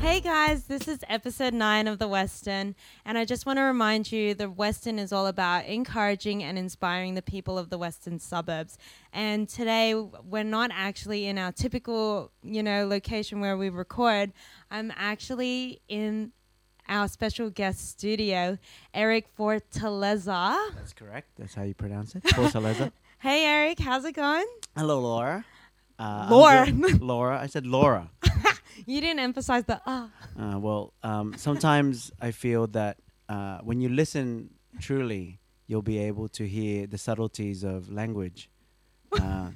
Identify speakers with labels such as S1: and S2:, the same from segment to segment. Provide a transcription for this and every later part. S1: Hey guys, this is episode nine of The Weston, and I just want to remind you The Weston is all about encouraging and inspiring the people of the Western suburbs. And today, we're not actually in our typical, you know, location where we record. I'm actually in our special guest studio, Eric Fortaleza.
S2: That's correct. That's how you pronounce it. Fortaleza.
S1: Hey Eric, how's it going?
S2: Hello, Laura. Uh, I'm
S1: Laura.
S2: good. Laura. I said Laura.
S1: You didn't emphasize the ah.
S2: Uh, well, um, sometimes I feel that uh, when you listen truly, you'll be able to hear the subtleties of language uh,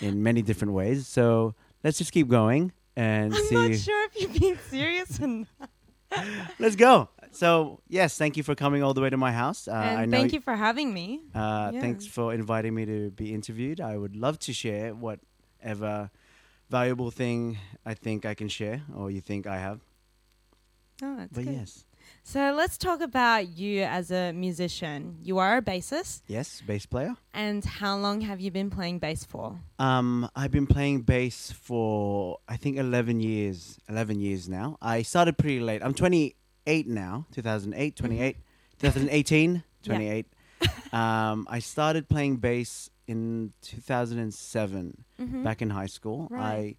S2: in many different ways. So let's just keep going and
S1: I'm
S2: see.
S1: not sure if you're being serious or not.
S2: Let's go. So yes, thank you for coming all the way to my house. Uh,
S1: and
S2: I know
S1: thank you for having me.
S2: Uh,
S1: Yeah.
S2: Thanks for inviting me to be interviewed. I would love to share whatever valuable thing I think I can share or you think I have.
S1: Oh, that's
S2: but
S1: good.
S2: yes,
S1: So let's talk about you as a musician. You are a bassist,
S2: yes, bass player.
S1: and how long have you been playing bass for?
S2: Um, I've been playing bass for I think 11 years, 11 years now. I started pretty late. I'm 28 now, 2008,
S1: Mm-hmm.
S2: 28, 2018, 28. um, I started playing bass in 2007.
S1: Mm-hmm.
S2: back in high school.
S1: Right.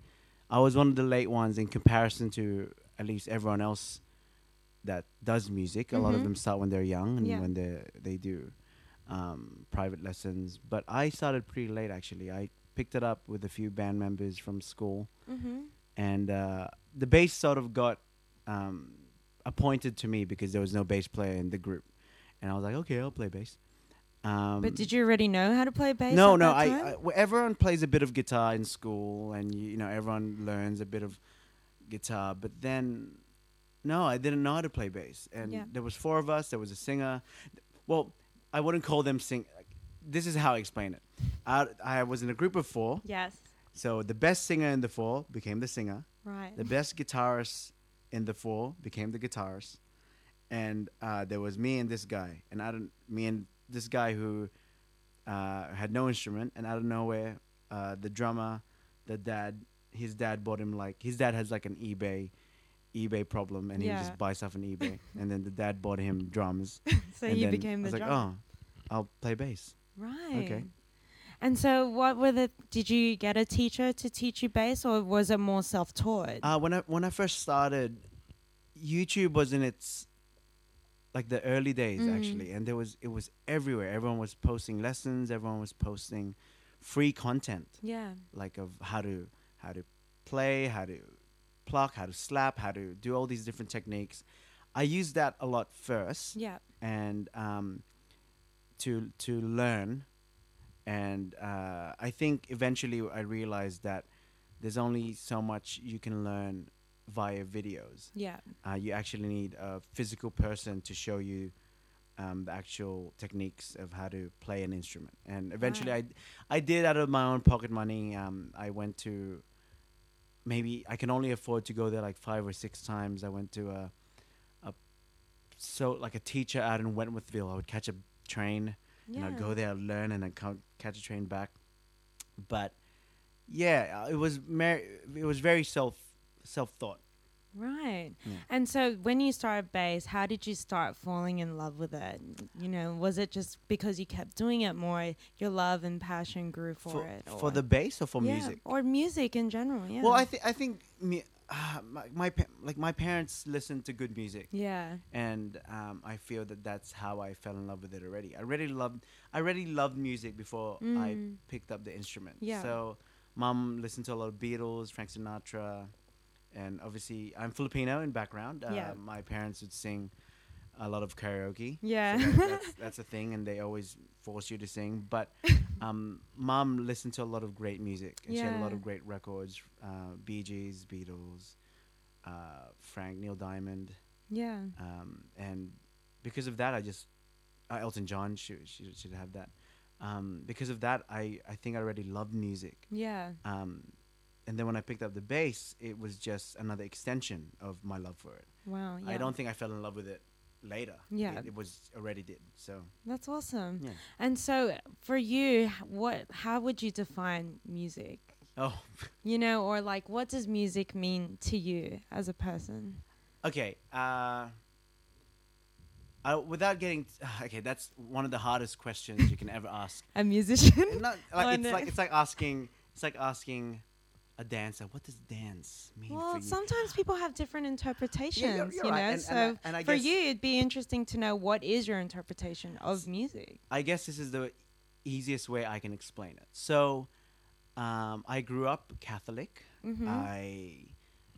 S2: I I was one of the late ones in comparison to at least everyone else that does music. A lot of
S1: Mhm.
S2: them start when they're young and
S1: Yeah.
S2: when they they do um, private lessons. But I started pretty late actually. I picked it up with a few band members from school,
S1: mm-hmm.
S2: and uh, the bass sort of got um, appointed to me because there was no bass player in the group, and I was like, okay, I'll play bass. Um,
S1: But did you already know how to play bass?
S2: no,
S1: at
S2: no.
S1: that
S2: I,
S1: time?
S2: I well, everyone plays a bit of guitar in school, and you, you know everyone learns a bit of guitar. But then, no, I didn't know how to play bass. And
S1: Yeah.
S2: there was four of us. There was a singer. Well, I wouldn't call them sing. This is how I explain it. I, I was in a group of four,
S1: yes,
S2: so the best singer in the four became the singer.
S1: right.
S2: The best guitarist in the four became the guitarist, and uh, there was me and this guy, and I don't me and this guy who uh, had no instrument, and out of nowhere, uh, the drummer, the dad, his dad bought him like his dad has like an eBay, eBay problem, and he would
S1: Yeah.
S2: just buy stuff on eBay, and then the dad bought him drums,
S1: so
S2: and
S1: you
S2: then
S1: became
S2: I
S1: the
S2: was like,
S1: drummer.
S2: oh, I'll play bass.
S1: Right. And so, what were the? Did you get a teacher to teach you bass, or was it more self-taught?
S2: Uh, when I when I first started, YouTube was in its like the early days
S1: Mm.
S2: actually, and there was it was everywhere. Everyone was posting lessons. Everyone was posting free content
S1: yeah.
S2: like of how to how to play, how to pluck, how to slap, how to do all these different techniques. I used that a lot first,
S1: Yeah.
S2: and um, to to learn. And uh, I think eventually I realized that there's only so much you can learn via videos.
S1: Yeah.
S2: Uh, you actually need a physical person to show you um, the actual techniques of how to play an instrument. And eventually, I, I did out of my own pocket money. Um, I went to maybe I can only afford to go there like five or six times. I went to a, a so like a teacher out in Wentworthville. I would catch a train
S1: Yeah.
S2: and I'd go there, I'd learn, and then come catch a train back. But yeah, uh, it was mer- it was very self self thought.
S1: Right.
S2: Yeah.
S1: And so when you started bass, how did you start falling in love with it? You know, was it just because you kept doing it more, your love and passion grew for, it?
S2: for the bass or for
S1: yeah,
S2: music.
S1: Or music in general, yeah.
S2: Well, I think I think me, uh, my, my pa- like my parents listened to good music,
S1: yeah.
S2: and um, I feel that that's how I fell in love with it already. I already loved I already loved music before I
S1: Mm.
S2: picked up the instrument.
S1: Yeah.
S2: So, mom listened to a lot of Beatles, Frank Sinatra, and obviously I'm Filipino in background. Uh,
S1: Yeah.
S2: My parents would sing a lot of karaoke.
S1: Yeah.
S2: So that- that's, that's a thing, and they always force you to sing. But um, mom listened to a lot of great music, and she had a lot
S1: Yeah.
S2: of great records: uh, Bee Gees, Beatles, uh, Frank Neil Diamond,
S1: yeah.
S2: um, and because of that, I just uh, Elton John should should, should have that. Um, because of that, I I think I already loved music.
S1: Yeah.
S2: Um, and then when I picked up the bass, it was just another extension of my love for it.
S1: Wow. Yeah.
S2: I don't think I fell in love with it later.
S1: Yeah.
S2: it, it was already did. So
S1: That's awesome.
S2: yeah.
S1: And so for you, h- what how would you define music?
S2: Oh,
S1: you know, or like what does music mean to you as a person?
S2: okay. Uh, I, without getting okay, that's one of the hardest questions you can ever ask.
S1: A musician?
S2: Not, like,
S1: Oh,
S2: it's
S1: no.
S2: like it's like asking it's like asking a dancer. What does dance mean for
S1: well,
S2: you?
S1: sometimes people have different interpretations,
S2: you're
S1: you know.
S2: right, and-
S1: so
S2: and I- and I
S1: for
S2: guess-
S1: you, it'd be interesting to know what is your interpretation of music.
S2: I guess this is the easiest way I can explain it. So, um, I grew up Catholic.
S1: Mhm.
S2: uh, I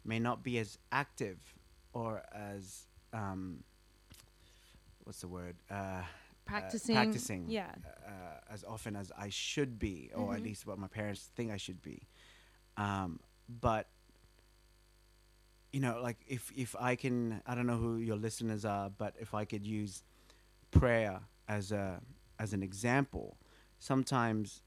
S2: may not be as active or as um, what's the word uh,
S1: Practicing,
S2: practicing.
S1: yeah.
S2: uh, as often as I should be, or at
S1: Mhm.
S2: least what my parents think I should be. Um, but you know, like if if I can, I don't know who your listeners are, but if I could use prayer as a as an example, sometimes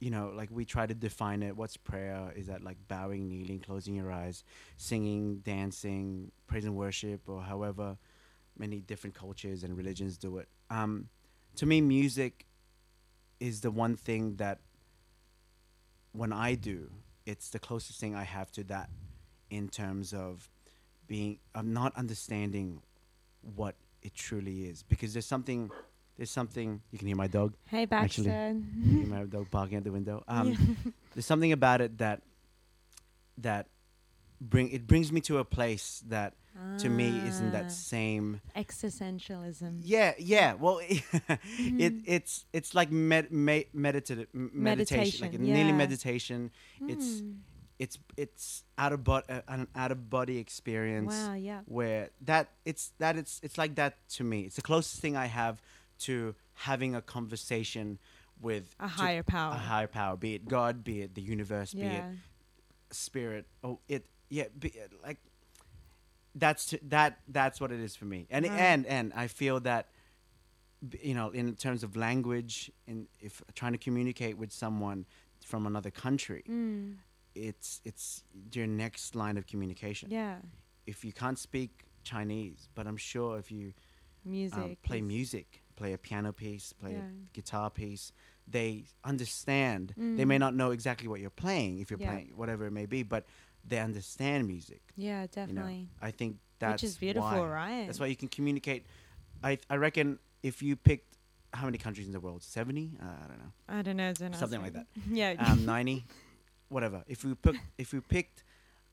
S2: you know like we try to define it what's prayer is that like bowing kneeling closing your eyes singing dancing praise and worship or however many different cultures and religions do it um, to me music is the one thing that when i do it's the closest thing i have to that in terms of being i'm not understanding what it truly is because there's something there's something you can hear my dog
S1: Hey,
S2: Actually,
S1: Baxter.
S2: you hear my dog barking at the window um, there's something about it that that bring it brings me to a place that to me isn't
S1: Ah.
S2: that same
S1: existentialism?
S2: yeah yeah well it
S1: Mm-hmm.
S2: it's it's like med, med, meditative m- meditation like
S1: Meditation,
S2: nearly
S1: yeah. Mm.
S2: meditation it's it's it's out of body uh, an out of body experience
S1: wow, yeah.
S2: where that it's that it's it's like that to me it's the closest thing i have to having a conversation with
S1: A
S2: to-
S1: higher power.
S2: a higher power be it god be it the universe be it
S1: yeah.
S2: spirit. Oh, it yeah, be, like that's t- that that's what it is for me. And
S1: Right.
S2: and and I feel that b- you know, in terms of language, and if trying to communicate with someone from another country,
S1: Mm,
S2: it's it's your next line of communication.
S1: yeah.
S2: If you can't speak Chinese, but I'm sure if you
S1: Music.
S2: um, play
S1: is-
S2: music, play a piano piece, play
S1: Yeah.
S2: a guitar piece. They understand. They may
S1: Mm.
S2: not know exactly what you're playing, if you're
S1: Yeah.
S2: playing whatever it may be, but they understand music.
S1: Yeah,
S2: You know,
S1: definitely.
S2: I think that's
S1: Which is beautiful,
S2: why.
S1: right?
S2: That's why you can communicate. I I reckon if you picked how many countries in the world, seventy? Uh, I don't know,
S1: I don't know. Don't ask
S2: something
S1: me.
S2: like that,
S1: Yeah.
S2: um, ninety, whatever. If we picked if we picked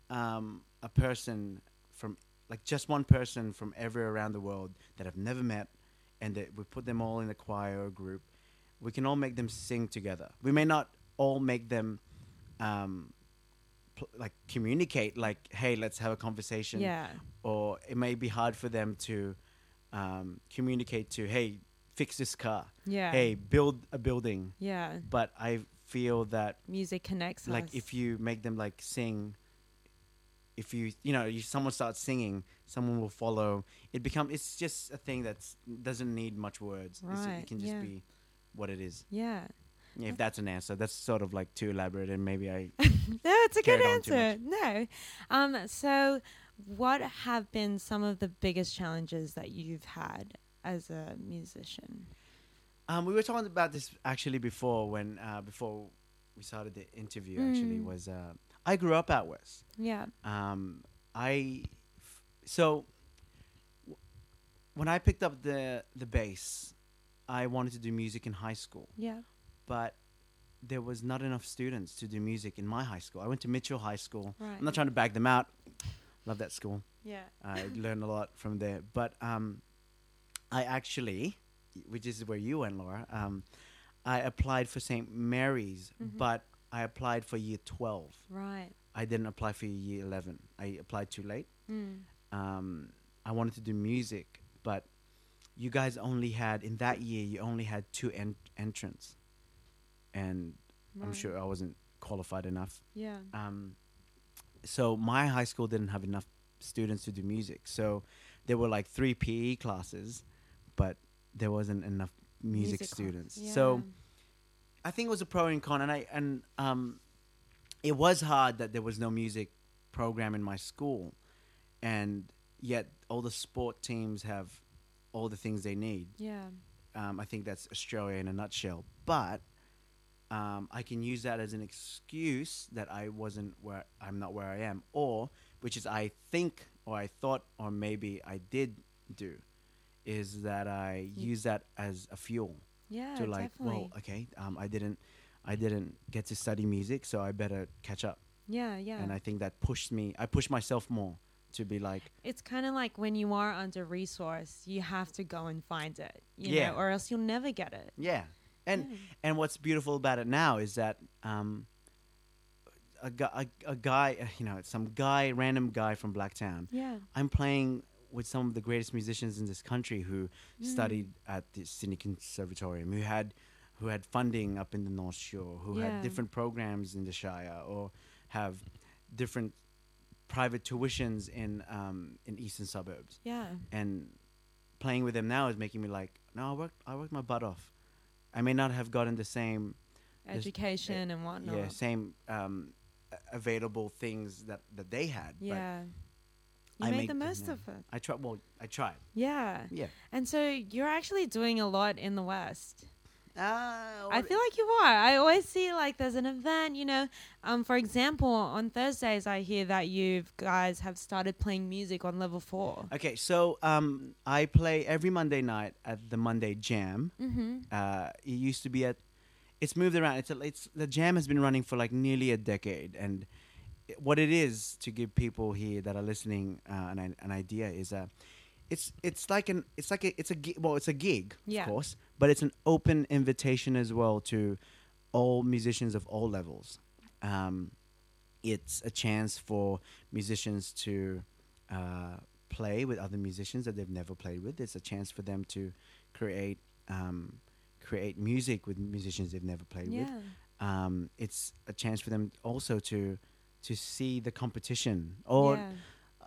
S2: um, a person from like just one person from everywhere around the world that I've never met, and that we put them all in a choir or group, we can all make them sing together. We may not all make them. Um, pl- like communicate like hey let's have a conversation
S1: yeah.
S2: or it may be hard for them to um, communicate to, hey, fix this car,
S1: Yeah.
S2: hey, build a building.
S1: Yeah.
S2: But I feel that
S1: Music connects
S2: like
S1: us.
S2: if you make them like sing, if you you know if someone starts singing, someone will follow. It become it's just a thing that doesn't need much words. It's-
S1: Right,
S2: it can just
S1: yeah.
S2: be what it is.
S1: Yeah.
S2: Yeah, If that's an answer, that's sort of like too elaborate, and maybe I
S1: No, it's a good
S2: Carried on too
S1: answer. No. Um, so, what have been some of the biggest challenges that you've had as a musician?
S2: Um, we were talking about this actually before when uh, before we started the interview. Actually,
S1: Mm.
S2: was uh, I grew up out west.
S1: Yeah.
S2: Um, I f- so w- when I picked up the the bass, I wanted to do music in high school,
S1: Yeah.
S2: but there was not enough students to do music in my high school. I went to Mitchell High School.
S1: Right.
S2: I'm not trying to bag them out. Love that school.
S1: Yeah.
S2: I learned a lot from there. But um, I actually, which is where you went, Laura, um, I applied for St. Mary's,
S1: Mhm.
S2: but I applied for year 12.
S1: Right.
S2: I didn't apply for year 11. I applied too late.
S1: Mm.
S2: Um, I wanted to do music, but you guys only had, in that year, you only had two en- entrants. And I'm
S1: right.
S2: sure I wasn't qualified enough.
S1: Yeah.
S2: Um, so my high school didn't have enough students to do music. So there were like three PE classes, but there wasn't enough music,
S1: class.
S2: students.
S1: Yeah.
S2: So I think it was a pro and con, and I and um, it was hard that there was no music program in my school, and yet all the sport teams have all the things they need.
S1: Yeah.
S2: Um, I think that's Australia in a nutshell. But um, I can use that as an excuse that I wasn't where I'm not where I am, or which is I think or I thought or maybe I did do, is that I use that as a fuel
S1: Yeah,
S2: to like,
S1: definitely.
S2: well, okay, um, I didn't, I didn't get to study music, so I better catch up.
S1: yeah, yeah.
S2: And I think that pushed me. I pushed myself more to be like,
S1: it's kind of like when you are under resourced, you have to go and find it, you
S2: Yeah.
S1: know, or else you'll never get it.
S2: Yeah, and and what's beautiful about it now is that um, a, gu- a, a guy, you know, some guy, random guy from Blacktown.
S1: Yeah,
S2: I'm playing with some of the greatest musicians in this country who
S1: Mm.
S2: studied at the Sydney Conservatorium, who had who had funding up in the North Shore, who
S1: Yeah.
S2: had different programs in the Shire, or have different private tuitions in um, in eastern suburbs
S1: yeah,
S2: and playing with them now is making me like, no, I worked, I worked my butt off. I may not have gotten the same, There's-
S1: education and whatnot.
S2: yeah, same um, a- available things that that they had.
S1: yeah. You
S2: I
S1: made
S2: make
S1: the
S2: them
S1: most
S2: now.
S1: of it.
S2: but I tried. Well, I tried.
S1: Yeah.
S2: Yeah.
S1: And so you're actually doing a lot in the West.
S2: Uh,
S1: I feel like you are. I always see like there's an event, you know. Um, for example, on Thursdays, I hear that you guys have started playing music on level four.
S2: Okay, so um, I play every Monday night at the Monday Jam.
S1: Mm-hmm.
S2: Uh, it used to be at. It's moved around. It's, a, it's the jam has been running for like nearly a decade, and it- what it is to give people here that are listening uh, an, i- an idea is uh, it's it's like an it's like a, it's a gi- well it's a gig
S1: Yeah.
S2: of course, but it's an open invitation as well to all musicians of all levels. Um, it's a chance for musicians to uh, play with other musicians that they've never played with. It's a chance for them to create um, create music with musicians they've never played with
S1: Yeah.
S2: um, it's a chance for them also to to see the competition or
S1: yeah.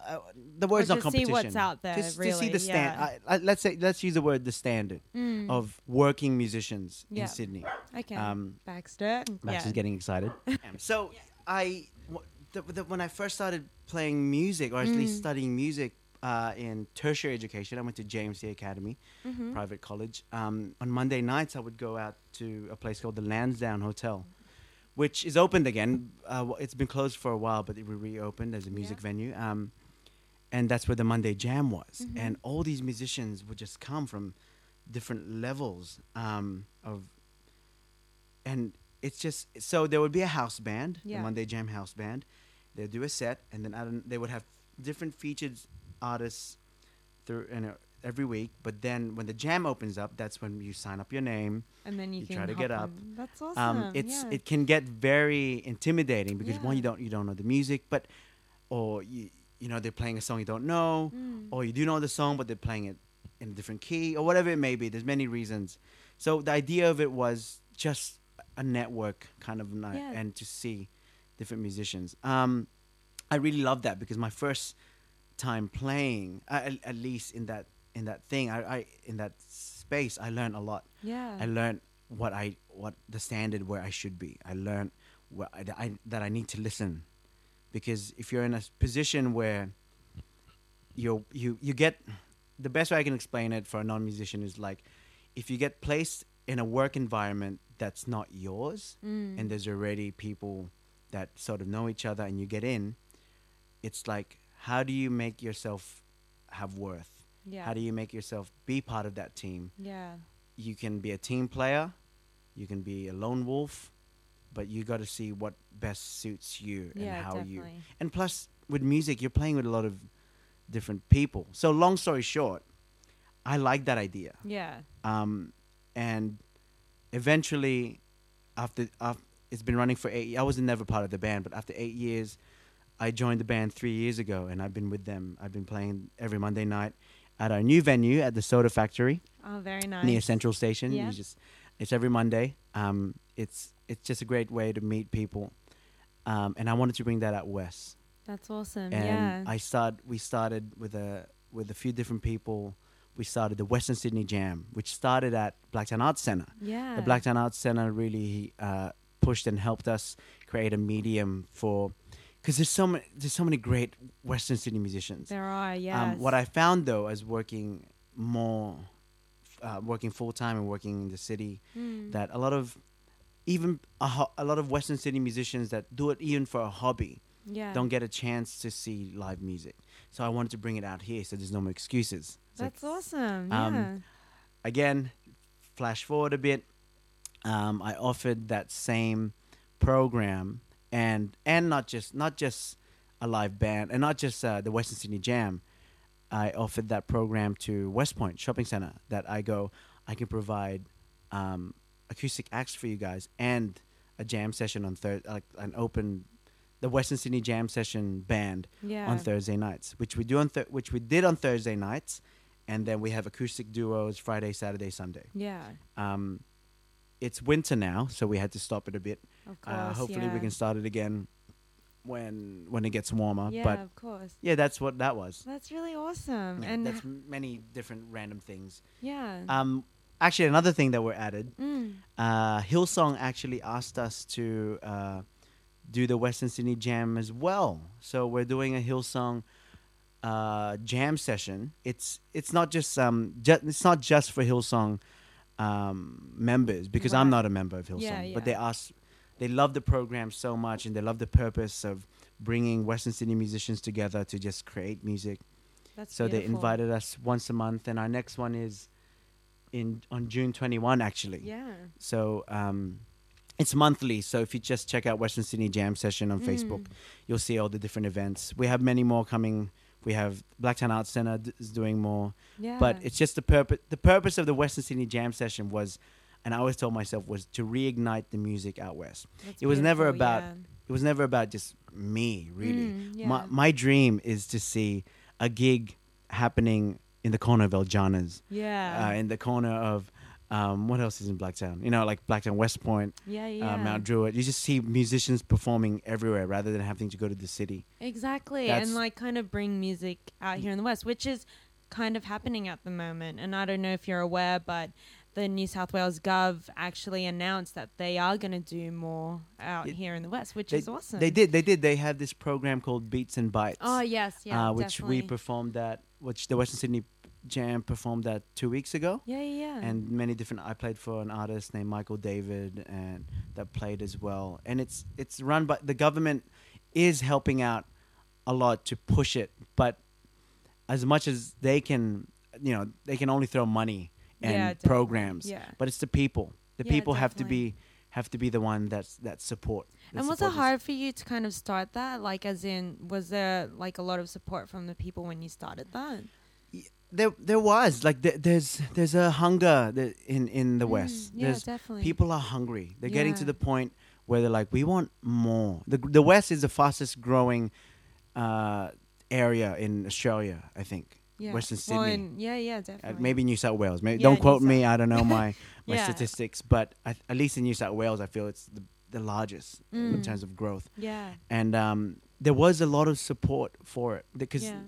S2: uh, the word's
S1: Or
S2: not
S1: to see
S2: competition.
S1: what's out there,
S2: Just to
S1: really,
S2: see the stand.
S1: yeah.
S2: I, I, let's say let's use the word the standard
S1: Mm.
S2: of working musicians
S1: Yeah.
S2: in Sydney.
S1: okay.
S2: Oh, Um,
S1: Baxter.
S2: Max
S1: yeah.
S2: is getting excited. so I, w- the, the, when I first started playing music, or at
S1: Mm.
S2: least studying music uh, in tertiary education, I went to James C. Academy,
S1: Mm-hmm. Mm.
S2: private college. Um, on Monday nights, I would go out to a place called the Lansdowne Hotel, which is opened again. Uh, w- it's been closed for a while, but it reopened as a music
S1: Yeah.
S2: venue. Um, and that's where the Monday Jam was.
S1: Mm-hmm.
S2: And all these musicians would just come from different levels um, of, and it's just so there would be a house band,
S1: Yeah.
S2: the Monday Jam house band. They'd do a set, and then I don't, they would have different featured artists through you know, every week. But then when the jam opens up, that's when you sign up your name.
S1: and then you,
S2: You
S1: can
S2: try to
S1: hop
S2: get up.
S1: on. That's awesome.
S2: Um, it's
S1: yeah.
S2: it can get very intimidating because one
S1: Yeah.
S2: you don't you don't know the music, but or you you know they're playing a song you don't know,
S1: Mm.
S2: or you do know the song but they're playing it in a different key or whatever it may be. There's many reasons. So the idea of it was just a network kind of night
S1: Yeah.
S2: and to see different musicians. Um, I really love that because my first time playing, uh, at, at least in that in that thing, I, I in that space, I learned a lot.
S1: yeah.
S2: I learned what I what the standard where I should be. I learned what I, I, that I need to listen, because if you're in a s- position where you you you get the best way I can explain it for a non-musician is like if you get placed in a work environment that's not yours,
S1: Mm.
S2: and there's already people that sort of know each other, and you get in, it's like how do you make yourself have worth?
S1: yeah.
S2: How do you make yourself be part of that team?
S1: yeah.
S2: you can be a team player, you can be a lone wolf, but you got to see what best suits you and
S1: Yeah.
S2: how
S1: definitely.
S2: you. And plus, with music, you're playing with a lot of different people. So, long story short, I like that idea.
S1: Yeah.
S2: Um, and eventually, after, af it's been running for eight. I was never part of the band, but after eight years, I joined the band three years ago, and I've been with them. I've been playing every Monday night at our new venue at the Soda Factory
S1: Oh, very nice.
S2: near Central Station.
S1: Yeah.
S2: You just it's every Monday. Um, it's it's just a great way to meet people. Um, and I wanted to bring that out west.
S1: That's awesome.
S2: And
S1: Um, yeah.
S2: I start we started with a with a few different people. We started the Western Sydney Jam, which started at Blacktown Arts Centre.
S1: yeah.
S2: The Blacktown Arts Centre really uh, pushed and helped us create a medium for because there's so many there's so many great Western Sydney musicians.
S1: There are. Yes.
S2: Um, what I found though, as working more, uh, working full time and working in the city,
S1: Mm.
S2: that a lot of even a, ho- a lot of Western City musicians that do it even for a hobby
S1: Yeah.
S2: don't get a chance to see live music. So I wanted to bring it out here so there's no more excuses. It's like,
S1: That's awesome.
S2: um,
S1: yeah.
S2: again, flash forward a bit, um, I offered that same program and and not just not just a live band and not just uh, the Western Sydney Jam. I offered that program to West Point Shopping Center that I go. I can provide um, acoustic acts for you guys and a jam session on Thursday, like an open, the Western Sydney Jam Session band
S1: Yeah.
S2: on Thursday nights, which we do on th- which we did on Thursday nights, and then we have acoustic duos Friday, Saturday, Sunday.
S1: yeah.
S2: Um, it's winter now, so we had to stop it a bit.
S1: Of course.
S2: Uh, hopefully,
S1: yeah.
S2: we can start it again when when it gets warmer.
S1: Yeah,
S2: But
S1: of course.
S2: yeah, that's what that was.
S1: That's really awesome.
S2: Yeah,
S1: and
S2: that's
S1: h-
S2: m- many different random things.
S1: yeah.
S2: Um, actually, another thing that were added,
S1: Mm.
S2: uh, Hillsong actually asked us to uh, do the Western Sydney Jam as well. So we're doing a Hillsong uh, jam session. It's it's not just um ju- it's not just for Hillsong um, members because I'm
S1: Right.
S2: not a member of Hillsong,
S1: Yeah, yeah.
S2: but they asked they love the program so much and they love the purpose of bringing Western Sydney musicians together to just create music.
S1: That's
S2: So they
S1: beautiful.
S2: invited us once a month, and our next one is in on June 21 actually.
S1: Yeah.
S2: So um, it's monthly. So if you just check out Western Sydney Jam Session on
S1: Mm.
S2: Facebook, you'll see all the different events. We have many more coming. We have Blacktown Arts Center d- is doing more,
S1: Yeah.
S2: but it's just the purpose. The purpose of the Western Sydney Jam Session was, and I always told myself was to reignite the music out west.
S1: That's
S2: it was never
S1: beautiful,
S2: about
S1: yeah.
S2: It was never about just me, really.
S1: Mm,
S2: My
S1: yeah.
S2: my dream is to see a gig happening in the corner of El Janas,
S1: Yeah.
S2: uh, in the corner of um, what else is in Blacktown? You know, like Blacktown West Point,
S1: yeah.
S2: uh,
S1: Yeah.
S2: Mount Druitt. You just see musicians performing everywhere rather than having to go to the city.
S1: Exactly,
S2: That's-
S1: and like kind of bring music out here in the West, which is kind of happening at the moment. And I don't know if you're aware, but the New South Wales Gov actually announced that they are going to do more out
S2: It-
S1: here in the West, which
S2: They,
S1: is awesome.
S2: They did. They did. They had this program called Beats and Bites,
S1: Oh yes, yeah,
S2: uh, which
S1: definitely.
S2: we performed at, which the Western Sydney Jam performed at two weeks ago.
S1: yeah, yeah, yeah.
S2: And many different. I played for an artist named Michael David, and that played as well. And it's it's run by the government is helping out a lot to push it, but as much as they can, you know, they can only throw money and
S1: Yeah, definitely.
S2: programs.
S1: Yeah.
S2: but it's the people. The
S1: Yeah,
S2: people have to
S1: definitely.
S2: be have to be the one that's that support. that
S1: and was it
S2: support this.
S1: hard for you to kind of start that? Like, as in, was there like a lot of support from the people when you started that?
S2: There, there was like there, there's there's a hunger that- in in the West.
S1: Mm, yeah,
S2: there's
S1: definitely.
S2: people are hungry. They're getting to
S1: Yeah.
S2: the point where they're like, we want more. The the West is the fastest growing uh, area in Australia, I think.
S1: yeah.
S2: Western
S1: Well,
S2: Sydney.
S1: and- yeah, yeah,
S2: Uh,
S1: definitely.
S2: maybe New South Wales. Maybe
S1: Yeah,
S2: don't
S1: New
S2: quote
S1: South-
S2: me. I don't know my my
S1: Yeah.
S2: statistics, but I, at least in New South Wales, I feel it's the, the largest in
S1: Mm.
S2: terms of growth.
S1: Yeah,
S2: And um, there was a lot of support for it because
S1: yeah,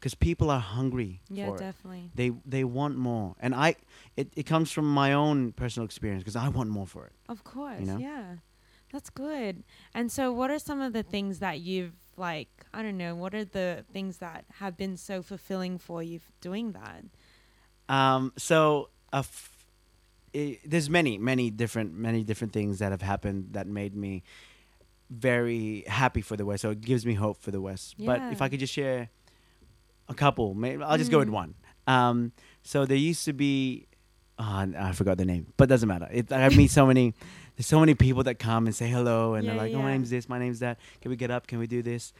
S2: because people are hungry
S1: yeah,
S2: for it.
S1: definitely.
S2: They they want more, and I it, it comes from my own personal experience because I want more for it.
S1: Of course,
S2: know?
S1: yeah. That's good. And so what are some of the things that you've like, I don't know, what are the things that have been so fulfilling for you f- doing that?
S2: Um, so a f- i there's many many different many different things that have happened that made me very happy for the West. So it gives me hope for the West. But if
S1: Yeah.
S2: I could just share a couple, maybe I'll just go with
S1: Mm.
S2: one. Um, so there used to be. Oh, n- I forgot the name, but doesn't matter. It, I meet so many, there's so many people that come and say hello, and
S1: Yeah,
S2: they're like, "Oh, my
S1: yeah.
S2: name's this, my name's that. Can we get up? Can we do this?"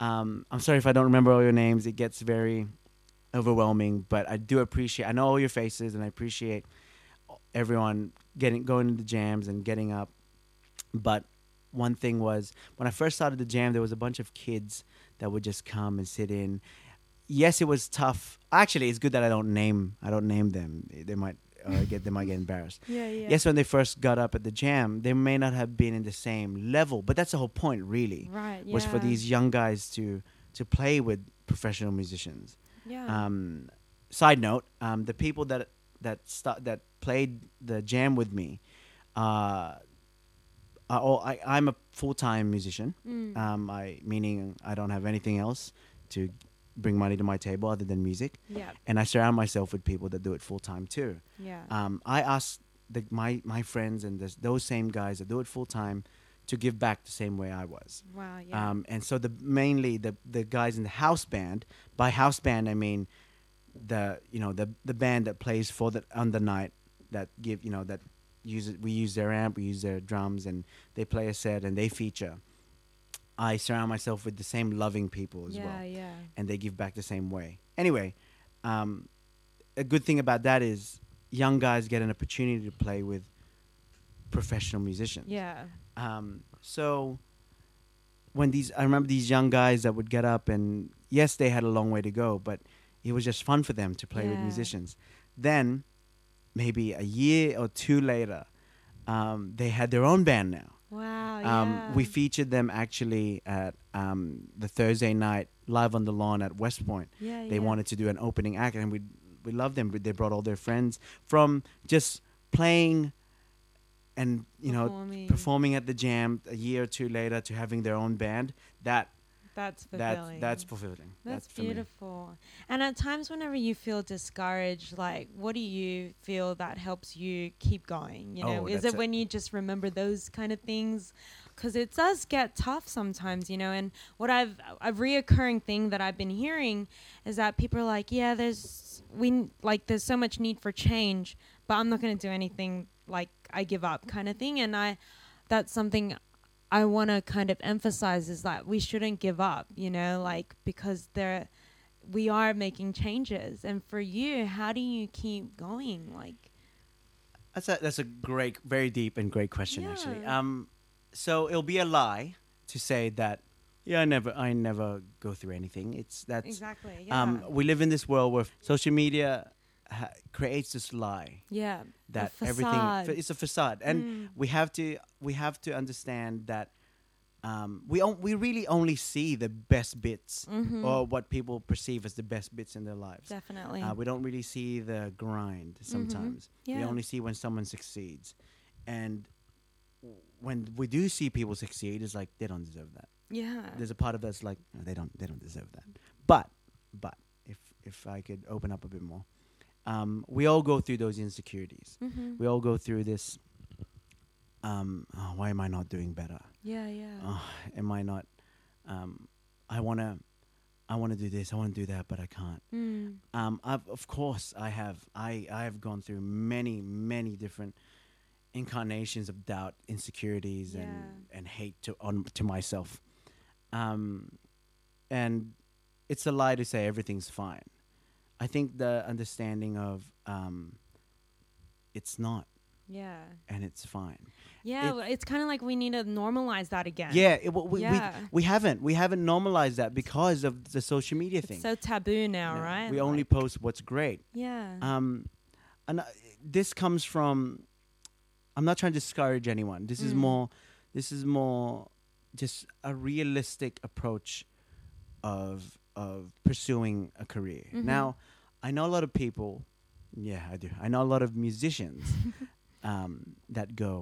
S2: Um, I'm sorry if I don't remember all your names. It gets very overwhelming, but I do appreciate. I know all your faces, and I appreciate everyone getting going to the jams and getting up. But one thing was when I first started the jam, there was a bunch of kids that would just come and sit in. Yes, it was tough. Actually, it's good that I don't name. I don't name them. They might uh, get. They might get embarrassed.
S1: Yeah, yeah.
S2: Yes, when they first got up at the jam, they may not have been in the same level, but that's the whole point, really,
S1: Right. Yeah.
S2: was for these young guys to to play with professional musicians.
S1: Yeah.
S2: Um, side note: um, the people that that sta- that played the jam with me, uh, are all, I, I'm a full time musician.
S1: Mm.
S2: Um, I meaning I don't have anything else to bring money to my table other than music,
S1: yeah.
S2: and I surround myself with people that do it full time too.
S1: Yeah.
S2: Um, I asked the, my my friends and this, those same guys that do it full time to give back the same way I was.
S1: Wow. Yeah.
S2: Um, and so the mainly the the guys in the house band. By house band, I mean the you know the the band that plays for the on the night that give you know that use it, we use their amp, we use their drums, and they play a set and they feature. I surround myself with the same loving people as
S1: yeah.
S2: well,
S1: Yeah.
S2: and they give back the same way. Anyway, um, a good thing about that is young guys get an opportunity to play with professional musicians.
S1: Yeah.
S2: Um, so when these, I remember these young guys that would get up and yes, they had a long way to go, but it was just fun for them to play with
S1: Yeah.
S2: musicians. Then maybe a year or two later, um, they had their own band now.
S1: Wow. Oh, yeah.
S2: Um, we featured them actually at um, the Thursday night live on the lawn at West Point.
S1: yeah,
S2: They
S1: yeah.
S2: wanted to do an opening act, and we we loved them. They brought all their friends from just playing, and you know,
S1: Performing.
S2: performing at the jam a year or two later to having their own band that
S1: That's fulfilling.
S2: that that's fulfilling
S1: That's
S2: for me.
S1: beautiful. And at times, whenever you feel discouraged, like what do you feel that helps you keep going? You know,
S2: Oh,
S1: is
S2: that's
S1: it
S2: it.
S1: when you just remember those kind of things? Because it does get tough sometimes, you know. And what I've a reoccurring thing that I've been hearing is that people are like, "Yeah, there's we n- like there's so much need for change, but I'm not going to do anything. Like I give up, kind of thing." And I, that's something I want to kind of emphasize is that we shouldn't give up, you know, like because there we are making changes. And for you, how do you keep going? Like,
S2: that's a that's a great very deep and great question actually
S1: Yeah.
S2: um so it'll be a lie to say that yeah i never i never go through anything it's that's
S1: exactly.
S2: um we live in this world where social media ha- creates this lie
S1: yeah.
S2: that
S1: a facade.
S2: everything it's a facade and
S1: Mm.
S2: we have to we have to understand that um, we on, we really only see the best bits
S1: Mhm.
S2: or what people perceive as the best bits in their lives
S1: Definitely.
S2: Oh,
S1: Mm-hmm.
S2: uh, we don't really see the grind sometimes we
S1: Yeah.
S2: only see when someone succeeds and w- when we do see people succeed it's like they don't deserve that
S1: yeah.
S2: there's a part of us like "No, they don't they don't deserve that but but if if i could open up a bit more um, we all go through those insecurities
S1: hmm
S2: we all go through this um oh, why am i not doing better
S1: Yeah, yeah.
S2: oh, am i not um i want to i want to do this i want to do that but i can't
S1: Mm.
S2: um I've, of course i have i i have gone through many many different incarnations of doubt insecurities and
S1: Yeah.
S2: and hate to on to myself um and it's a lie to say everything's fine i think the understanding of um it's not
S1: Yeah.
S2: and it's fine.
S1: Yeah.
S2: It-
S1: well, it's kind of like we need to normalize that again.
S2: Yeah, it, w- we,
S1: Yeah.
S2: we we haven't we haven't normalized that because of the social media
S1: It's
S2: thing.
S1: so taboo
S2: you
S1: now,
S2: know?
S1: right?
S2: We only
S1: Like, Mm-hmm.
S2: post what's great.
S1: yeah.
S2: Um, and uh, this comes from. I'm not trying to discourage anyone. This is
S1: Mm.
S2: more. This is more, just a realistic approach, of of pursuing a career.
S1: Mhm.
S2: Now, I know a lot of people. Yeah, I do. I know a lot of musicians, um, that go,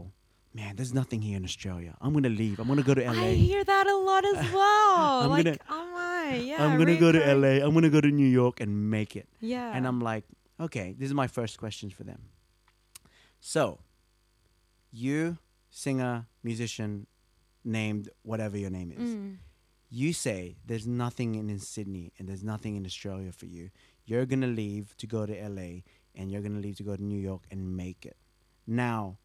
S2: man. There's nothing here in Australia. I'm gonna leave. I'm gonna go to LA.
S1: I hear that a lot as well.
S2: I'm
S1: like,
S2: gonna-
S1: oh my, yeah.
S2: I'm gonna go to
S1: reoccurring-
S2: LA. I'm gonna go to New York and make it.
S1: Yeah.
S2: And I'm like, okay, this is my first question for them. So, you, singer, musician, named whatever your name is,
S1: Mm.
S2: you say there's nothing in, in Sydney and there's nothing in Australia for you. You're going to leave to go to LA and you're going to leave to go to New York and make it. Now,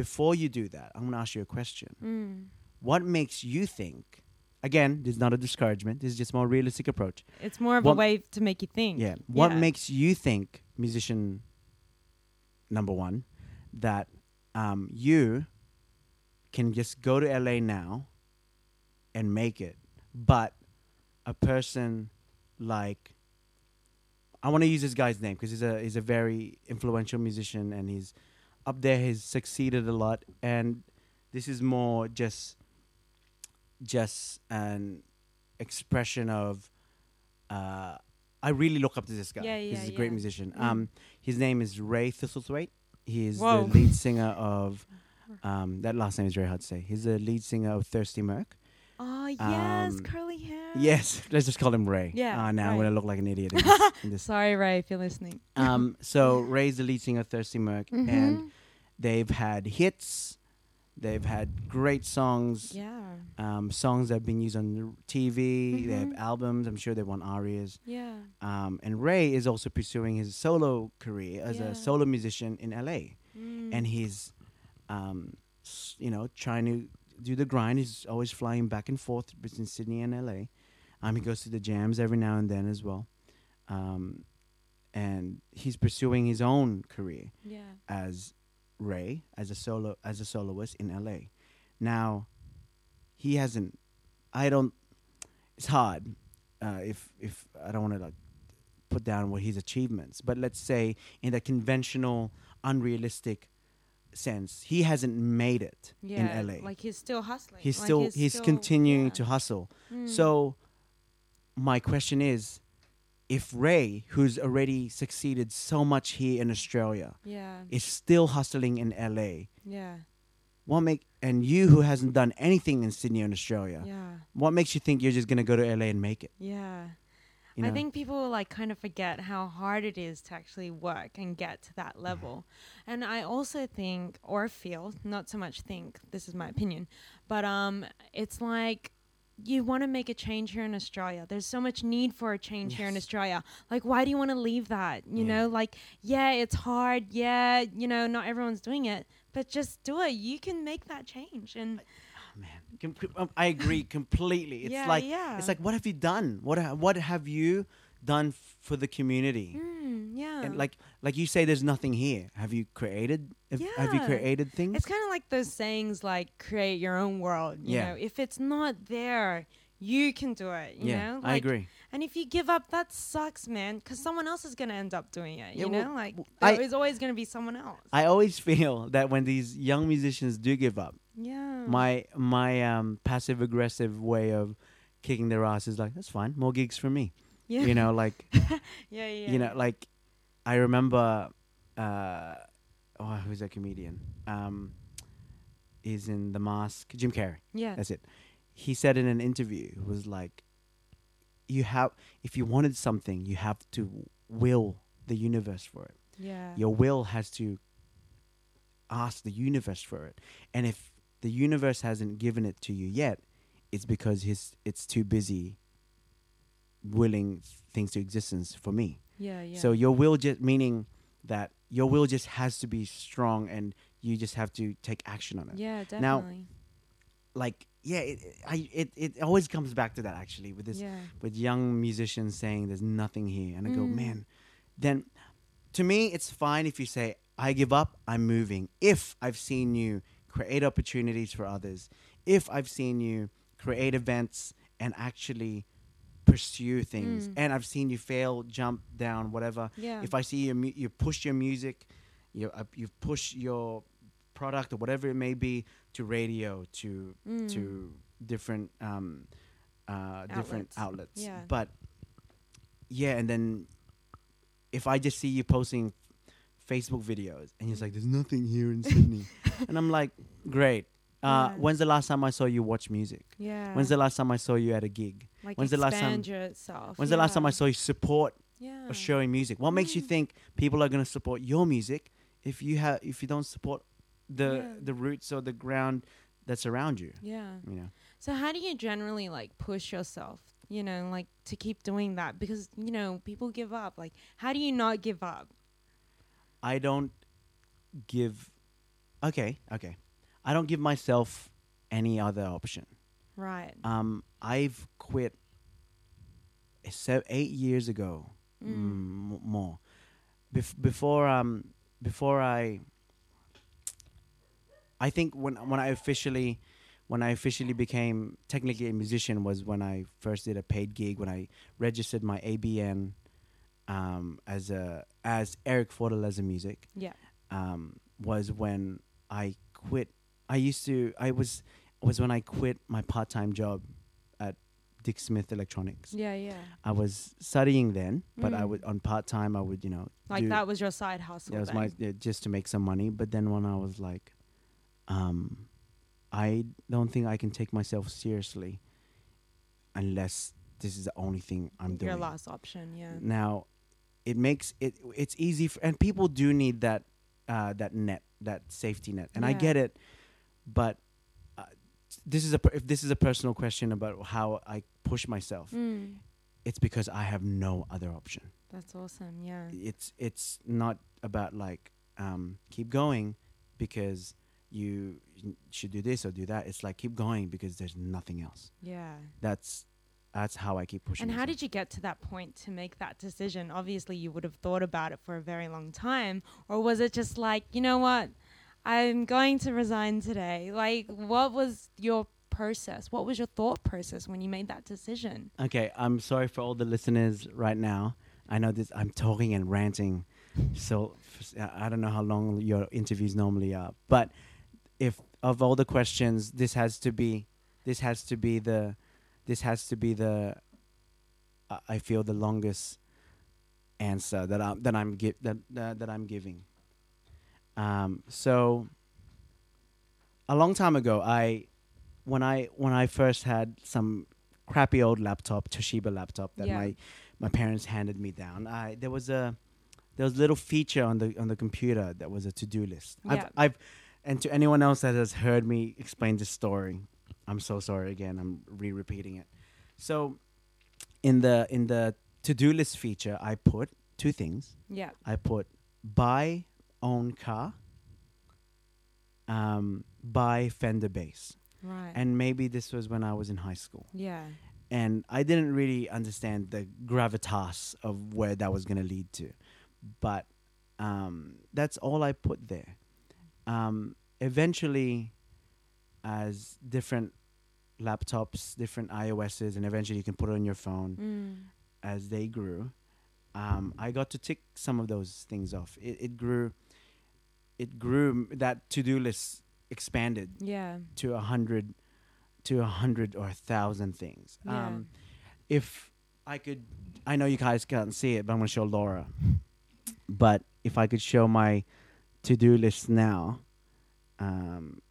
S2: before you do that, I'm going to ask you a question.
S1: Mm.
S2: What makes you think, again, this is not a discouragement, this is just more realistic approach.
S1: It's more of a
S2: What-
S1: way to make you think.
S2: Yeah. What
S1: Yeah.
S2: makes you think, musician number one, that um, you can just go to LA now and make it, but a person like I want to use this guy's name because he's a he's a very influential musician and he's up there. He's succeeded a lot, and this is more just just an expression of uh, I really look up to this guy.
S1: Yeah, yeah,
S2: he's a great
S1: yeah.
S2: musician.
S1: Mm.
S2: Um, his name is Ray Thistlethwaite. He is
S1: Whoa.
S2: the lead singer of um, that last name is very hard to say. He's the lead singer of Thirsty Merc.
S1: Oh yes,
S2: Um,
S1: curly hair.
S2: Yes, let's just call him Ray.
S1: Yeah,
S2: Ah, now I'm
S1: Ray.
S2: gonna look like an idiot in this. in this.
S1: Sorry, Ray, if you're listening.
S2: Um, so Ray's the lead singer of Thirsty Merc, and
S1: Mhm.
S2: they've had hits, they've had great songs,
S1: Yeah.
S2: um, songs that have been used on the r- TV. They have
S1: Mhm.
S2: albums. I'm sure they won arias.
S1: Yeah.
S2: Um, and Ray is also pursuing his solo career as
S1: Yeah.
S2: a solo musician in LA,
S1: Mm.
S2: and he's, um, s- you know, trying to do the grind. He's always flying back and forth between Sydney and LA. Um, he goes to the jams every now and then as well, um, and he's pursuing his own career
S1: yeah.
S2: as Ray as a solo as a soloist in LA. Now, he hasn't. I don't. It's hard. Uh, if if I don't want to like put down what his achievements, but let's say in the conventional, unrealistic sense, he hasn't made it
S1: Yeah.
S2: in LA.
S1: Like he's still hustling.
S2: he's
S1: Like,
S2: still he's continuing
S1: yeah.
S2: to hustle.
S1: Mm.
S2: So, my question is, if Ray, who's already succeeded so much here in Australia,
S1: Yeah.
S2: is still hustling in LA.
S1: Yeah.
S2: What make and you who hasn't done anything in Sydney and Australia,
S1: Yeah.
S2: what makes you think you're just gonna go to LA and make it?
S1: Yeah.
S2: You
S1: I
S2: know?
S1: think people like kind of forget how hard it is to actually work and get to
S2: Mm-hmm.
S1: that level. And I also think or feel, not so much think, this is my opinion, but um it's like you want to make a change here in Australia. There's so much need for a change here in
S2: Yes.
S1: Australia. Like why do you want to leave that? You
S2: Yeah.
S1: know, like yeah, it's hard. Yeah, you know, not everyone's doing it, but just do it. You can make that change and
S2: oh, man, Com- com- um, I agree completely. It's
S1: Yeah,
S2: like
S1: yeah.
S2: it's like what have you done? What ha- what have you done f- for the community?
S1: mm, yeah.
S2: And like like you say, there's nothing here. Have you created? Have, have you
S1: Yeah.
S2: created things?
S1: It's kind of like those sayings like create your own world, you
S2: Yeah.
S1: know. If it's not there, you can do it, you
S2: yeah,
S1: know?
S2: I
S1: Like,
S2: agree.
S1: And if you give up, that sucks, man, cuz someone else is going to end up doing it,
S2: Yeah,
S1: you
S2: well,
S1: know? Like
S2: w- I-
S1: there is always going to be someone else.
S2: I always feel that when these young musicians do give up,
S1: yeah.
S2: my my um, passive aggressive way of kicking their ass is like that's fine, more gigs for me.
S1: yeah.
S2: you know like
S1: yeah, yeah.
S2: you know like i remember uh oh who's that comedian um is in the mask jim carrey
S1: yeah.
S2: that's it he said in an interview it was like you have if you wanted something you have to will the universe for it
S1: Yeah.
S2: your will has to ask the universe for it and if the universe hasn't given it to you yet it's because his it's too busy willing things to existence for me
S1: Yeah, yeah.
S2: so your will just meaning that your will just has to be strong and you just have to take action on it.
S1: yeah, definitely.
S2: now, Like yeah, it, I it, it always comes back to that actually with this
S1: yeah.
S2: with young musicians saying there's nothing here and I go,
S1: Mm.
S2: man, then to me it's fine if you say I give up, I'm moving. If I've seen you create opportunities for others, if I've seen you create events and actually pursue things
S1: Mm.
S2: and I've seen you fail, jump down, whatever,
S1: Yeah.
S2: if I see you, mu- you push your music, you uh, you push your product or whatever it may be to radio to
S1: Mm.
S2: to different um, uh, different
S1: Outlets.
S2: outlets.
S1: Yeah.
S2: But yeah, and then if I just see you posting Facebook videos and it's like, "There's nothing here in Sydney," and I'm like, "Great." Uh,
S1: Yeah.
S2: When's the last time I saw you watch music?
S1: yeah.
S2: When's the last time I saw you at a gig?
S1: like
S2: when's the last time-
S1: expand yourself.
S2: When's the last time
S1: yeah.
S2: I saw you support
S1: Yeah.
S2: or showing music. What makes you
S1: Mm.
S2: think people are going to support your music if you have if you don't support the
S1: Yeah.
S2: the roots or the ground that's around you?
S1: Yeah.
S2: You know,
S1: So how do you generally like push yourself, you know, like to keep doing that because you know, people give up. Like how do you not give up?
S2: I don't give. Okay, okay, I don't give myself any other option.
S1: Right.
S2: Um, I've quit se- eight years ago, mm.
S1: Mm.
S2: m- more Bef- before um before I. I think when when I officially when I officially became technically a musician was when I first did a paid gig when I registered my ABN um, as a as Eric Fortaleza Music
S1: Yeah.
S2: um, was when I quit. I used to. I was was when I quit my part time job at Dick Smith Electronics.
S1: Yeah, yeah.
S2: I was studying then, but I
S1: Mm.
S2: would on part time. I would you know
S1: Like
S2: do-
S1: that was your side hustle.
S2: That was
S1: then.
S2: my yeah, just to make some money. But then when I was like, um, I don't think I can take myself seriously unless this is the only thing I'm doing.
S1: your last option, yeah.
S2: Now, it makes it it's easy for, and people do need that uh, that net that safety net, and I
S1: Yeah.
S2: get it, but uh, this is a per- if this is a personal question about how I push myself,
S1: Mm.
S2: it's because I have no other option.
S1: That's awesome. Yeah.
S2: it's it's not about like um, keep going because you should do this or do that. It's like keep going because there's nothing else.
S1: Yeah.
S2: That's that's how I keep pushing.
S1: And how did you get to that point to make that decision? Obviously, you would have thought about it for a very long time, or was it just like, you know what, I'm going to resign today? Like, what was your process? What was your thought process when you made that decision?
S2: Okay, I'm sorry for all the listeners right now. I know this. I'm talking and ranting, so f- I don't know how long your interviews normally are. But if of all the questions, this has to be, this has to be the, this has to be the. I I feel the longest answer that I'm that I'm gi- that that that I'm giving. Um. So. A long time ago, I, when I when I first had some crappy old laptop, Toshiba laptop that
S1: Yeah.
S2: my my parents handed me down. I there was a there was a little feature on the on the computer that was a to do list.
S1: Yeah.
S2: I've, I've and to anyone else that has heard me explain this story, I'm so sorry again. I'm re repeating it. So, in the in the to do list feature, I put two things.
S1: Yeah.
S2: I put buy own car, um, buy Fender bass,
S1: Right.
S2: and maybe this was when I was in high school
S1: yeah.
S2: and I didn't really understand the gravitas of where that was going to lead to. But um, that's all I put there. Um, eventually, as different laptops, different iOSs, and eventually you can put it on your phone
S1: Mm.
S2: as they grew, um, I got to tick some of those things off. It, it grew, it grew. That to-do list expanded
S1: Yeah.
S2: to a hundred, to a hundred or a thousand things.
S1: Yeah.
S2: Um, if I could, I know you guys can't see it, but I'm gonna show Laura. But if I could show my to-do list now, um,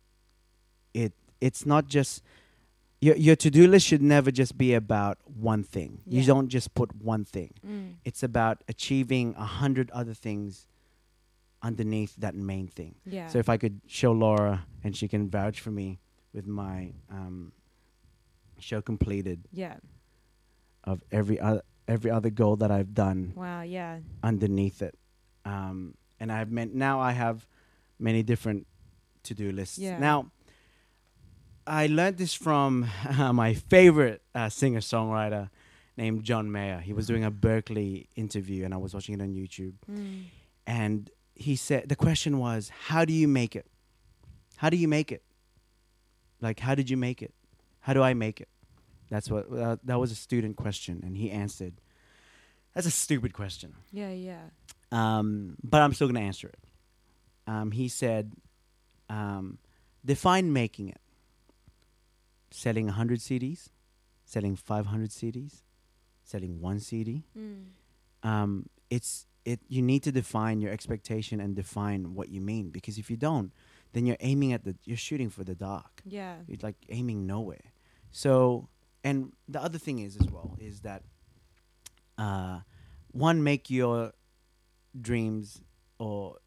S2: it it's not just your your to-do list should never just be about one thing. You
S1: Yeah.
S2: don't just put one thing.
S1: Mm.
S2: It's about achieving a hundred other things underneath that main thing.
S1: Yeah.
S2: So if I could show Laura and she can vouch for me with my um, show completed
S1: yeah.
S2: of every other every other goal that I've done
S1: Wow. Yeah.
S2: underneath it. Um, and I've meant now I have many different to do lists.
S1: Yeah.
S2: Now I learned this from uh, my favorite uh, singer songwriter named John Mayer. He was
S1: Mm-hmm.
S2: doing a Berkeley interview, and I was watching it on YouTube.
S1: Mm.
S2: And he said the question was, "How do you make it? How do you make it? Like, how did you make it? How do I make it?" That's what uh, that was a student question, and he answered, "That's a stupid question."
S1: Yeah. Yeah.
S2: um, but I'm still going to answer it. Um, he said, um, define making it. Selling 100 CDs, selling 500 CDs, selling one CD.
S1: Mm.
S2: Um, it's it. You need to define your expectation and define what you mean because if you don't, then you're aiming at the you're shooting for the dark
S1: Yeah.
S2: it's like aiming nowhere. So, and the other thing is as well is that uh, one make your dreams or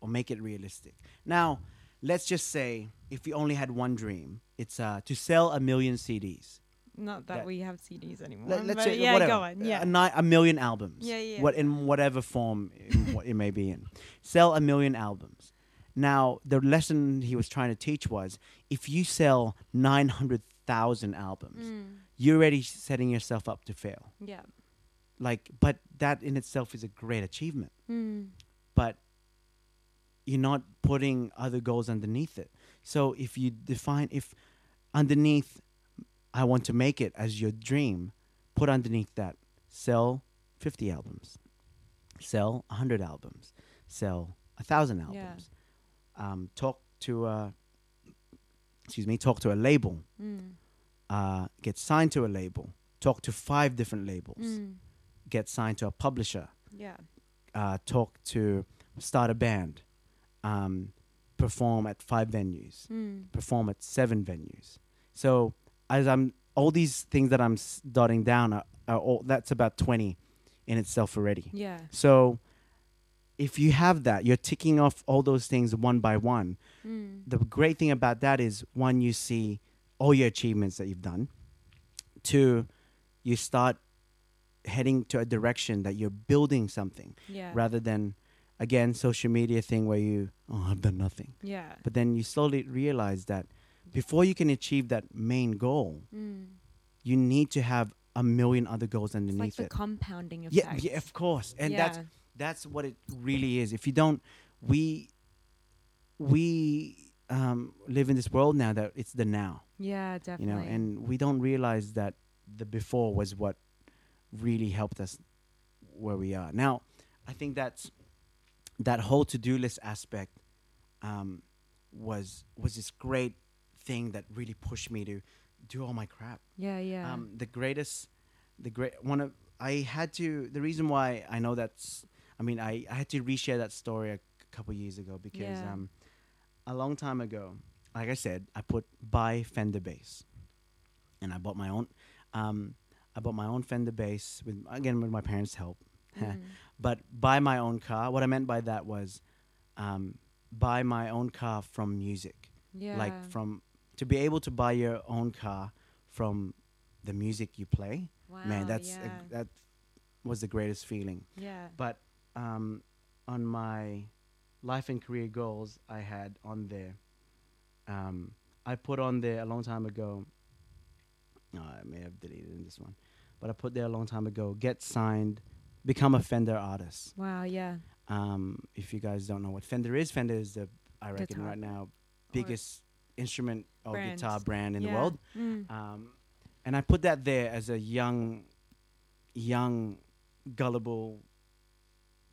S2: or make it realistic. Now, let's just say if you only had one dream, it's uh, to sell a million CDs.
S1: Not that
S2: That-
S1: we have CDs anymore.
S2: Let, let's
S1: but
S2: say
S1: yeah.
S2: whatever,
S1: Go on. Yeah.
S2: a, ni- a million albums.
S1: Yeah, yeah,
S2: What in whatever form it, what it may be in, sell a million albums. Now, the lesson he was trying to teach was if you sell nine hundred thousand albums,
S1: Mm.
S2: you're already setting yourself up to fail.
S1: Yeah.
S2: Like, but that in itself is a great achievement.
S1: Mm.
S2: But you're not putting other goals underneath it. So if you define, if underneath, I want to make it as your dream, put underneath that, sell 50 albums, sell 100 albums, sell 1,000
S1: Yeah.
S2: albums. Um, talk to a, excuse me, talk to a label,
S1: Mm.
S2: uh, get signed to a label, talk to five different labels,
S1: Mm.
S2: get signed to a publisher,
S1: Yeah.
S2: uh, talk to start a band, um, perform at five venues,
S1: Mm.
S2: perform at seven venues. So as I'm all these things that I'm s- dotting down are, are all that's about twenty in itself already.
S1: Yeah.
S2: So if you have that, you're ticking off all those things one by one.
S1: Mm.
S2: The great thing about that is one, you see all your achievements that you've done. Two, you start heading to a direction that you're building something
S1: Yeah.
S2: rather than again social media thing where you oh I've done nothing.
S1: Yeah.
S2: But then you slowly realize that before you can achieve that main goal,
S1: Mm.
S2: you need to have a million other goals
S1: It's like
S2: underneath
S1: the
S2: it.
S1: compounding effect.
S2: Yeah, yeah, of course. And that's
S1: Yeah.
S2: that's what it really is. If you don't we we um, live in this world now that it's the now,
S1: Yeah, definitely.
S2: you know, and we don't realize that the before was what really helped us where we are. Now, I think that's that whole to-do list aspect um, was was this great thing that really pushed me to do all my crap
S1: yeah, yeah.
S2: um, the greatest the great one of i had to the reason why i know that's i mean i, I had to reshare that story a c- couple years ago because
S1: Yeah.
S2: um, a long time ago like i said i put buy fender bass and i bought my own um, i bought my own fender bass with again with my parents help
S1: Mm. Mm-hmm.
S2: but buy my own car what i meant by that was um, buy my own car from music
S1: yeah.
S2: like from to be able to buy your own car from the music you play
S1: wow,
S2: man that's
S1: yeah.
S2: a, that was the greatest feeling
S1: yeah.
S2: but um, on my life and career goals i had on there um, i put on there a long time ago no, i may have deleted in this one but i put there a long time ago get signed become a fender artist
S1: Wow, yeah.
S2: um, if you guys don't know what Fender is, Fender is the I reckon
S1: Guitar.
S2: right now biggest instrument or
S1: Brand.
S2: guitar brand in the
S1: Yeah.
S2: world.
S1: Mm.
S2: Um, and I put that there as a young, young, gullible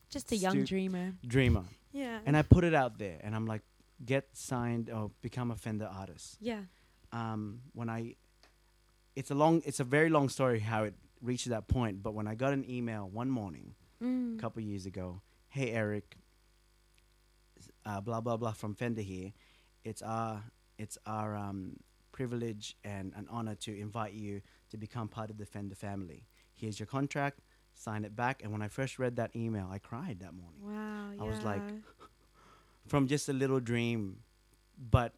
S1: Just a young
S2: Stu-
S1: dreamer.
S2: dreamer,
S1: Yeah.
S2: and I put it out there, and I'm like, get signed or become a Fender artist.
S1: yeah.
S2: Um, when I, it's a long, it's a very long story how it reached that point. But when I got an email one morning
S1: Mm.
S2: a couple years ago. Hey Eric, uh, blah blah blah from Fender here. It's our it's our um, privilege and an honor to invite you to become part of the Fender family. Here's your contract. Sign it back. And when I first read that email, I cried that morning
S1: Wow. Yeah.
S2: I was like, from just a little dream. But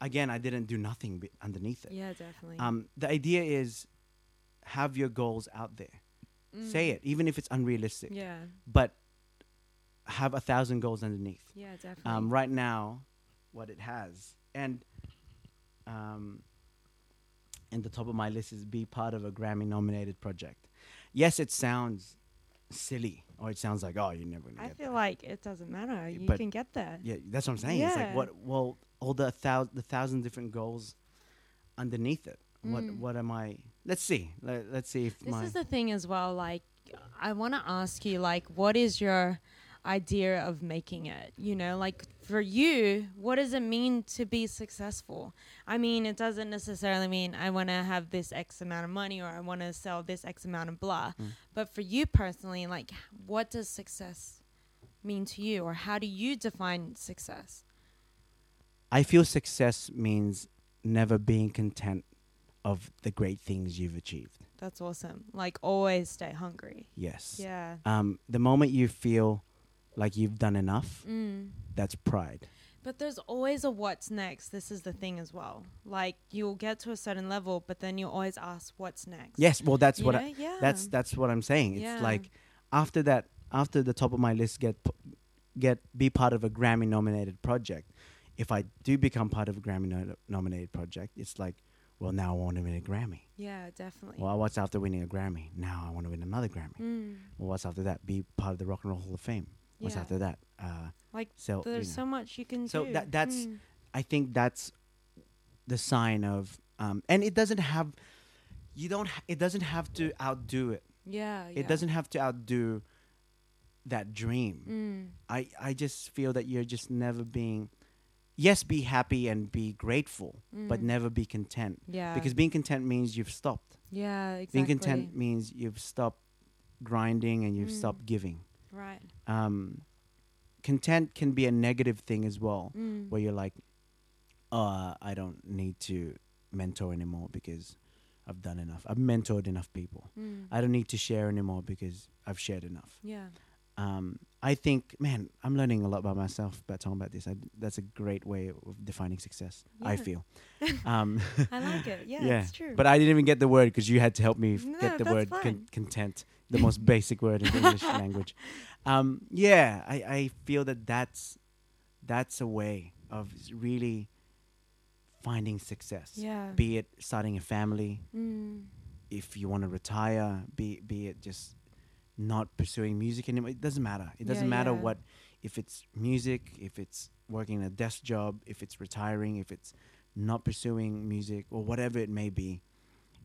S2: again, I didn't do nothing be- underneath it.
S1: yeah, definitely.
S2: Um, the idea is have your goals out there. Say it, even if it's unrealistic.
S1: Mm. Yeah.
S2: but have a thousand goals underneath.
S1: Yeah, definitely.
S2: Um, right now, what it has, and um, and the top of my list is be part of a Grammy-nominated project. Yes, it sounds silly, or it sounds like oh, you're never gonna
S1: I
S2: get
S1: feel
S2: that.
S1: like it doesn't matter. You
S2: But-
S1: can get there.
S2: Yeah, that's what I'm saying. It's
S1: Yeah.
S2: like what? Well, all the thousand, the thousand different goals underneath it. What? What am I? Let's see. Let, let's see if
S1: Mm. This
S2: my
S1: is the thing as well. Like, I want to ask you, like, what is your idea of making it? You know, like for you, what does it mean to be successful? I mean, it doesn't necessarily mean I want to have this X amount of money or I want to sell this X amount of blah. But for you personally, like, what does success mean to you, or how do you define success?
S2: I feel success means never being content of the great things you've achieved.
S1: That's awesome. Like, always stay hungry.
S2: Yes.
S1: Yeah.
S2: Um, the moment you feel like you've done enough,
S1: Mm.
S2: that's pride.
S1: But there's always a what's next. This is the thing as well. Like you'll get to a certain level, but then you always ask what's next.
S2: Yes. Well, that's
S1: You
S2: what
S1: know?
S2: I,
S1: Yeah.
S2: that's that's what I'm saying. It's
S1: Yeah.
S2: like after that, after the top of my list get p- get be part of a Grammy nominated project. If I do become part of a Grammy no- nominated project, it's like, well, now I want to win a Grammy.
S1: yeah, definitely.
S2: Well, what's after winning a Grammy? Now I want to win another Grammy.
S1: Mm.
S2: Well, what's after that? Be part of the Rock and Roll Hall of Fame. What's
S1: Yeah.
S2: after that? Uh,
S1: Like
S2: so you
S1: there's
S2: know.
S1: so much you can
S2: So
S1: do.
S2: that- that's-
S1: Mm.
S2: I think that's the sign of, um, and it doesn't have, you don't, h- it doesn't have to outdo it.
S1: yeah, yeah.
S2: It doesn't have to outdo that dream.
S1: Mm.
S2: I, I just feel that you're just never being, yes, be happy and be grateful, but
S1: Mm.
S2: never be content.
S1: Yeah.
S2: Because being content means you've stopped.
S1: yeah, exactly.
S2: Being content means you've stopped grinding and you've
S1: Mm.
S2: stopped giving.
S1: Right.
S2: Um, content can be a negative thing as well
S1: Mm.
S2: where you're like, uh, I don't need to mentor anymore because I've done enough. I've mentored enough people.
S1: Mm.
S2: I don't need to share anymore because I've shared enough.
S1: yeah.
S2: um, I think, man, I'm learning a lot about myself by talking about this. I, that's a great way of defining success. I
S1: Yeah.
S2: feel. Um,
S1: I like it. Yeah, it's true.
S2: But I didn't even get the word because you had to help me f-
S1: No,
S2: get the
S1: that's
S2: word
S1: fine.
S2: con- content, the most basic word in the English language. Um, yeah, I, I feel that that's that's a way of s- really finding success.
S1: yeah.
S2: Be it starting a family,
S1: Mm.
S2: if you want to retire, be be it just not pursuing music anymore. It doesn't matter. It doesn't
S1: Yeah,
S2: matter
S1: yeah.
S2: what if it's music, if it's working a desk job, if it's retiring, if it's not pursuing music or whatever it may be.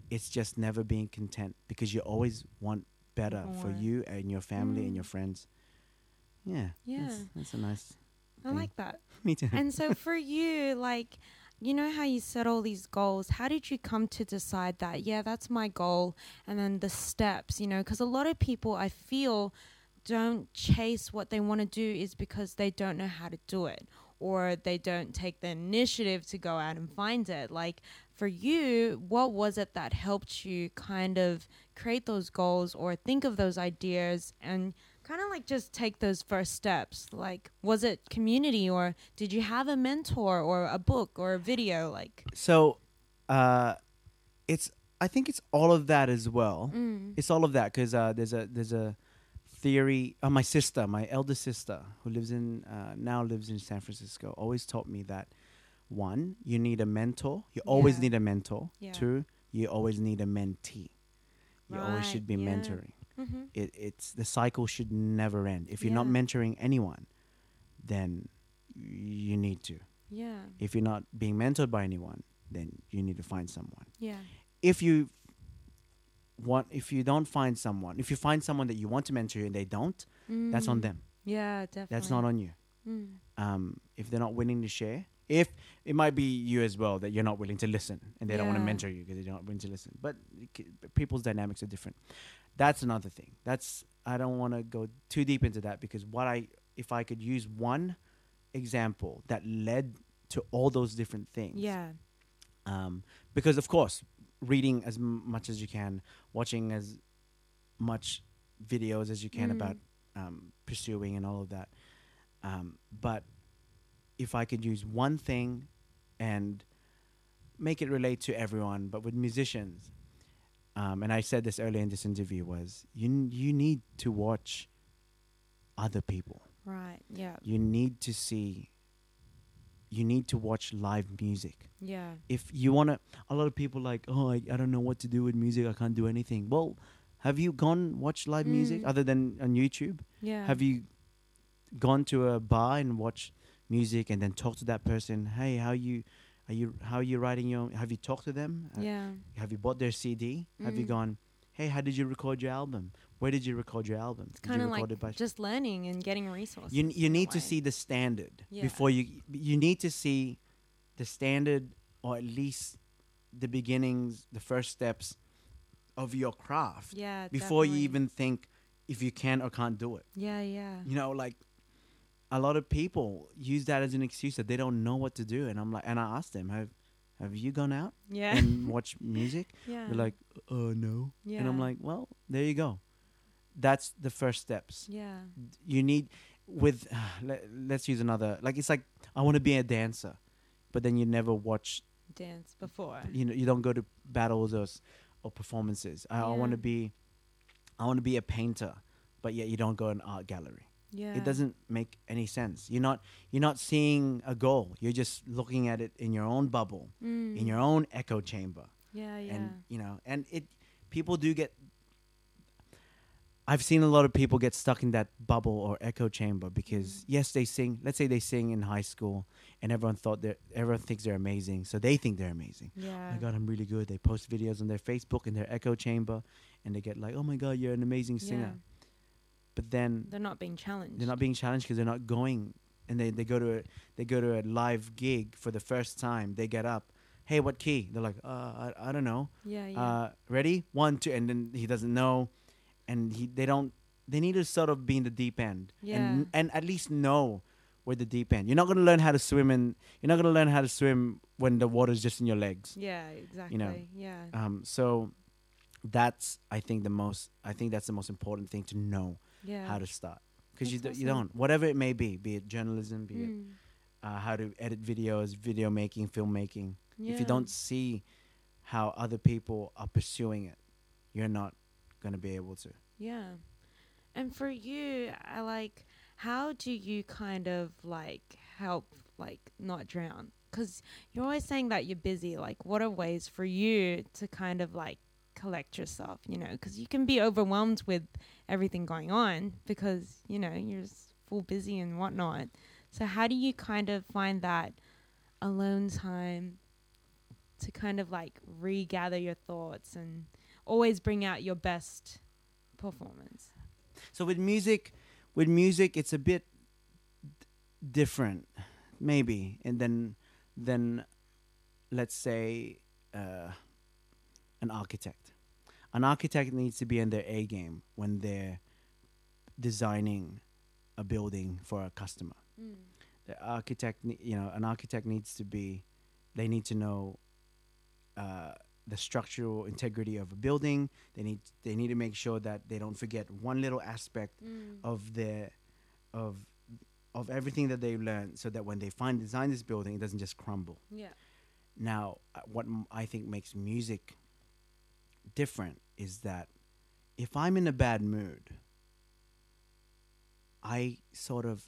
S2: It's just never being content because you always want better for
S1: More.
S2: you and your family and your
S1: Mm.
S2: friends. Yeah.
S1: Yeah.
S2: That's, that's a nice
S1: I
S2: Mm.
S1: like that.
S2: me too.
S1: and so for you, like, you know how you set all these goals. How did you come to decide that? Yeah, that's my goal. And then the steps, you know, because a lot of people I feel don't chase what they want to do is because they don't know how to do it or they don't take the initiative to go out and find it. Like, for you, what was it that helped you kind of create those goals or think of those ideas and kind of like just take those first steps? Like, was it community or did you have a mentor or a book or a video? Like,
S2: so uh it's i think it's all of that as well
S1: Mm.
S2: it's all of that because uh there's a there's a theory uh, my sister my elder sister who lives in uh, now lives in san francisco always taught me that one you need a mentor you always
S1: Yeah.
S2: need a mentor
S1: Yeah.
S2: two you always need a mentee you
S1: Right,
S2: always should be
S1: yeah.
S2: mentoring
S1: mm-hmm.
S2: it, it's the cycle should never end if you're not
S1: Yeah.
S2: mentoring anyone then you need to
S1: yeah,
S2: if you're not being mentored by anyone then you need to find someone
S1: yeah,
S2: if you want if you don't find someone if you find someone that you want to mentor you and they don't that's on
S1: Mm.
S2: them
S1: Yeah, definitely.
S2: that's not on you
S1: Mm.
S2: um, if they're not willing to share if it might be you as well that you're not willing to listen and they don't want to
S1: Yeah.
S2: mentor you because they're not willing to listen but it c- people's dynamics are different that's another thing that's i don't want to go too deep into that because what i if i could use one example that led to all those different things
S1: Yeah,
S2: um, because of course reading as m- much as you can watching as much videos as you can
S1: Mhm.
S2: about um, pursuing and all of that um, but if i could use one thing and make it relate to everyone but with musicians um, and i said this earlier in this interview was you, n- you need to watch other people
S1: right. Yeah,
S2: you need to see you need to watch live music
S1: yeah,
S2: if you want to a lot of people like oh I, I don't know what to do with music i can't do anything well have you gone watch live music
S1: Mm.
S2: other than on youtube
S1: yeah.
S2: have you gone to a bar and watched music and then talk to that person hey how you are you how you writing your have you talked to them Uh,
S1: Yeah,
S2: have you bought their cd have you
S1: Mm.
S2: gone hey how did you record your album where did you record your album
S1: it's
S2: Did you
S1: kind of
S2: record it by-
S1: like just learning and getting resources.
S2: you you
S1: in a
S2: need to
S1: way.
S2: see the standard
S1: Yeah.
S2: before you you need to see the standard or at least the beginnings the first steps of your craft
S1: Yeah,
S2: before
S1: definitely.
S2: you even think if you can or can't do it
S1: Yeah, yeah.
S2: you know like a lot of people use that as an excuse that they don't know what to do and i'm like and i asked them have have you gone out
S1: Yeah.
S2: and watched music
S1: yeah.
S2: they're like uh no and i'm
S1: Yeah.
S2: like well there you go that's the first steps
S1: Yeah.
S2: you need with let, let's use another like it's like i want to be a dancer but then you never watch
S1: Dance before.
S2: you know you don't go to battles or, s- or performances i, I
S1: Yeah.
S2: want to be i want to be a painter but yet you don't go in art gallery
S1: Yeah.
S2: it doesn't make any sense you're not you're not seeing a goal you're just looking at it in your own bubble
S1: Mm.
S2: in your own echo chamber
S1: Yeah, yeah.
S2: and you know and it people do get i've seen a lot of people get stuck in that bubble or echo chamber because
S1: Mm-hmm.
S2: yes they sing let's say they sing in high school and everyone thought they everyone thinks they're amazing so they think they're amazing oh
S1: yeah.
S2: my god i'm really good they post videos on their facebook in their echo chamber and they get like oh my god you're an amazing singer but then
S1: They're not being challenged.
S2: they're not being challenged because they're not going and they, they go to a, they go to a live gig for the first time they get up hey what key they're like uh, I, I don't know
S1: yeah, yeah.
S2: uh, ready one two and then he doesn't know and he they don't they need to sort of be in the deep end
S1: Yeah.
S2: and and at least know where the deep end you're not going to learn how to swim and you're not going to learn how to swim when the water's just in your legs
S1: yeah, exactly. yeah.
S2: um so that's i think the most i think that's the most important thing to know
S1: Yeah.
S2: how to start because you, do,
S1: That's
S2: you
S1: awesome.
S2: don't whatever it may be be it journalism be it
S1: Mm.
S2: uh, how to edit videos video making filmmaking if
S1: Yeah.
S2: you don't see how other people are pursuing it you're not going to be able to
S1: Yeah. And for you, I like how do you kind of like help like not drown? Cuz you're always saying that you're busy. Like what are ways for you to kind of like collect yourself, you know, cuz you can be overwhelmed with everything going on because, you know, you're s- full busy and whatnot. So how do you kind of find that alone time to kind of like regather your thoughts and always bring out your best performance.
S2: So with music, with music, it's a bit d- different, maybe, and then then let's say uh, an architect. An architect needs to be in their A game when they're designing a building for a customer.
S1: Mm,
S2: The architect, ne- you know, an architect needs to be. They need to know. Uh, the structural integrity of a building. They need they need to make sure that they don't forget one little aspect
S1: mm,
S2: of their of of everything that they learned so that when they find design this building it doesn't just crumble
S1: Yeah.
S2: now uh, what m- i think makes music different is that if i'm in a bad mood i sort of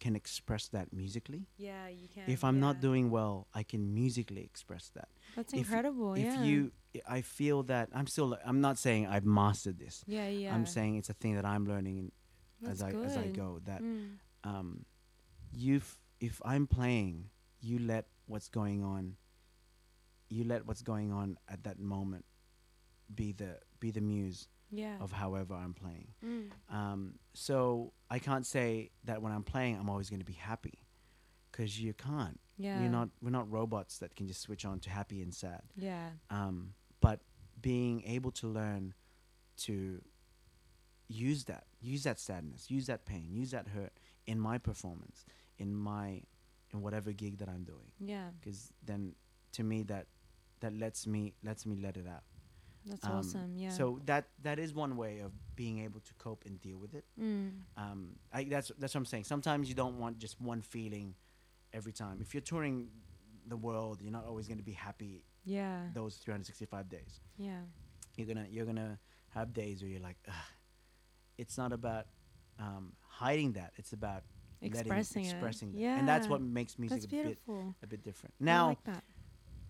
S2: can express that musically
S1: Yeah, you can.
S2: if i'm not doing well i can musically express that
S1: That's
S2: if-
S1: incredible. Oh, yeah.
S2: if you i feel that i'm still i'm not saying i've mastered this
S1: Yeah, yeah.
S2: i'm saying it's a thing that i'm learning
S1: That's
S2: as i as i
S1: good.
S2: go that
S1: Mm.
S2: um, you f- if I'm playing, you let what's going on, you let what's going on at that moment be the be the muse
S1: Yeah.
S2: of however I'm playing.
S1: Mm.
S2: Um, so I can't say that when I'm playing, I'm always going to be happy, because you can't.
S1: Yeah.
S2: You're not. We're not robots that can just switch on to happy and sad.
S1: Yeah.
S2: Um, but being able to learn to use that, use that sadness, use that pain, use that hurt in my performance, in my in whatever gig that I'm doing,
S1: Yeah.
S2: because then to me that that lets me lets me let it out.
S1: That's
S2: Um,
S1: awesome. Yeah.
S2: So that that is one way of being able to cope and deal with it.
S1: Mm.
S2: Um, I, that's that's what I'm saying. Sometimes you don't want just one feeling every time. If you're touring the world, you're not always going to be happy
S1: Yeah.
S2: those 365 days
S1: Yeah.
S2: you're gonna you're gonna have days where you're like Ugh. it's not about um, hiding that it's about
S1: Expressing
S2: letting, expressing
S1: it.
S2: that
S1: Yeah.
S2: and that's what makes music
S1: That's
S2: a bit
S1: beautiful.
S2: a bit different
S1: I
S2: now
S1: like that.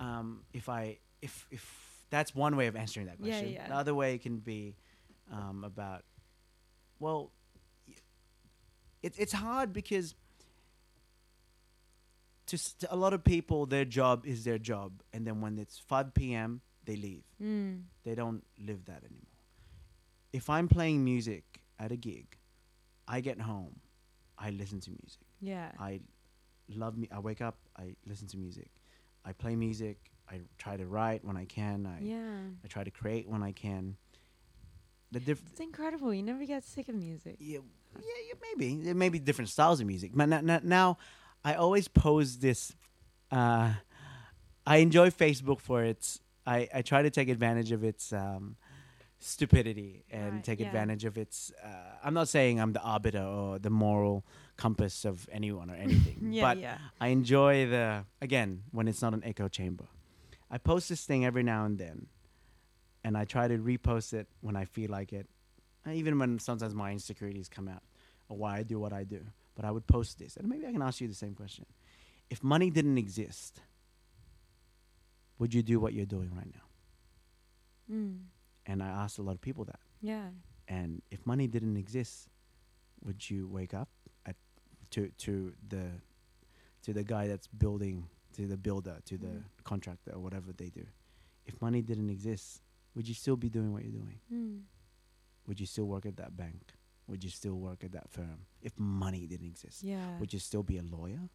S2: um, if i if if that's one way of answering that
S1: Yeah,
S2: question
S1: yeah.
S2: the other way can be um, about well y- it, it's hard because to, s- to a lot of people their job is their job and then when it's 5 p.m they leave
S1: Mm.
S2: they don't live that anymore. If I'm playing music at a gig, I get home, I listen to music.
S1: Yeah.
S2: I love me. I wake up, I listen to music. I play music. I try to write when I can. I
S1: yeah.
S2: I try to create when I can. The diff-
S1: It's incredible. You never get sick of music.
S2: yeah, yeah, yeah, maybe there may be different styles of music. But now, now, now I always pose this. Uh, I enjoy Facebook for its. I, I try to take advantage of its um, stupidity and
S1: Right,
S2: take
S1: yeah.
S2: advantage of its. Uh, I'm not saying I'm the arbiter or the moral compass of anyone or anything,
S1: Yeah.
S2: but
S1: yeah.
S2: I enjoy the again when it's not an echo chamber. I post this thing every now and then, and I try to repost it when I feel like it, and even when sometimes my insecurities come out or why I do what I do. But I would post this, and maybe I can ask you the same question: If money didn't exist, would you do what you're doing right now?
S1: Mm.
S2: And I asked a lot of people that.
S1: Yeah.
S2: And if money didn't exist, would you wake up at to to the to the guy that's building to the builder to the
S1: Mhm.
S2: contractor or whatever they do? If money didn't exist, would you still be doing what you're doing?
S1: Mm.
S2: Would you still work at that bank? Would you still work at that firm? If money didn't exist,
S1: Yeah.
S2: would you still be a lawyer?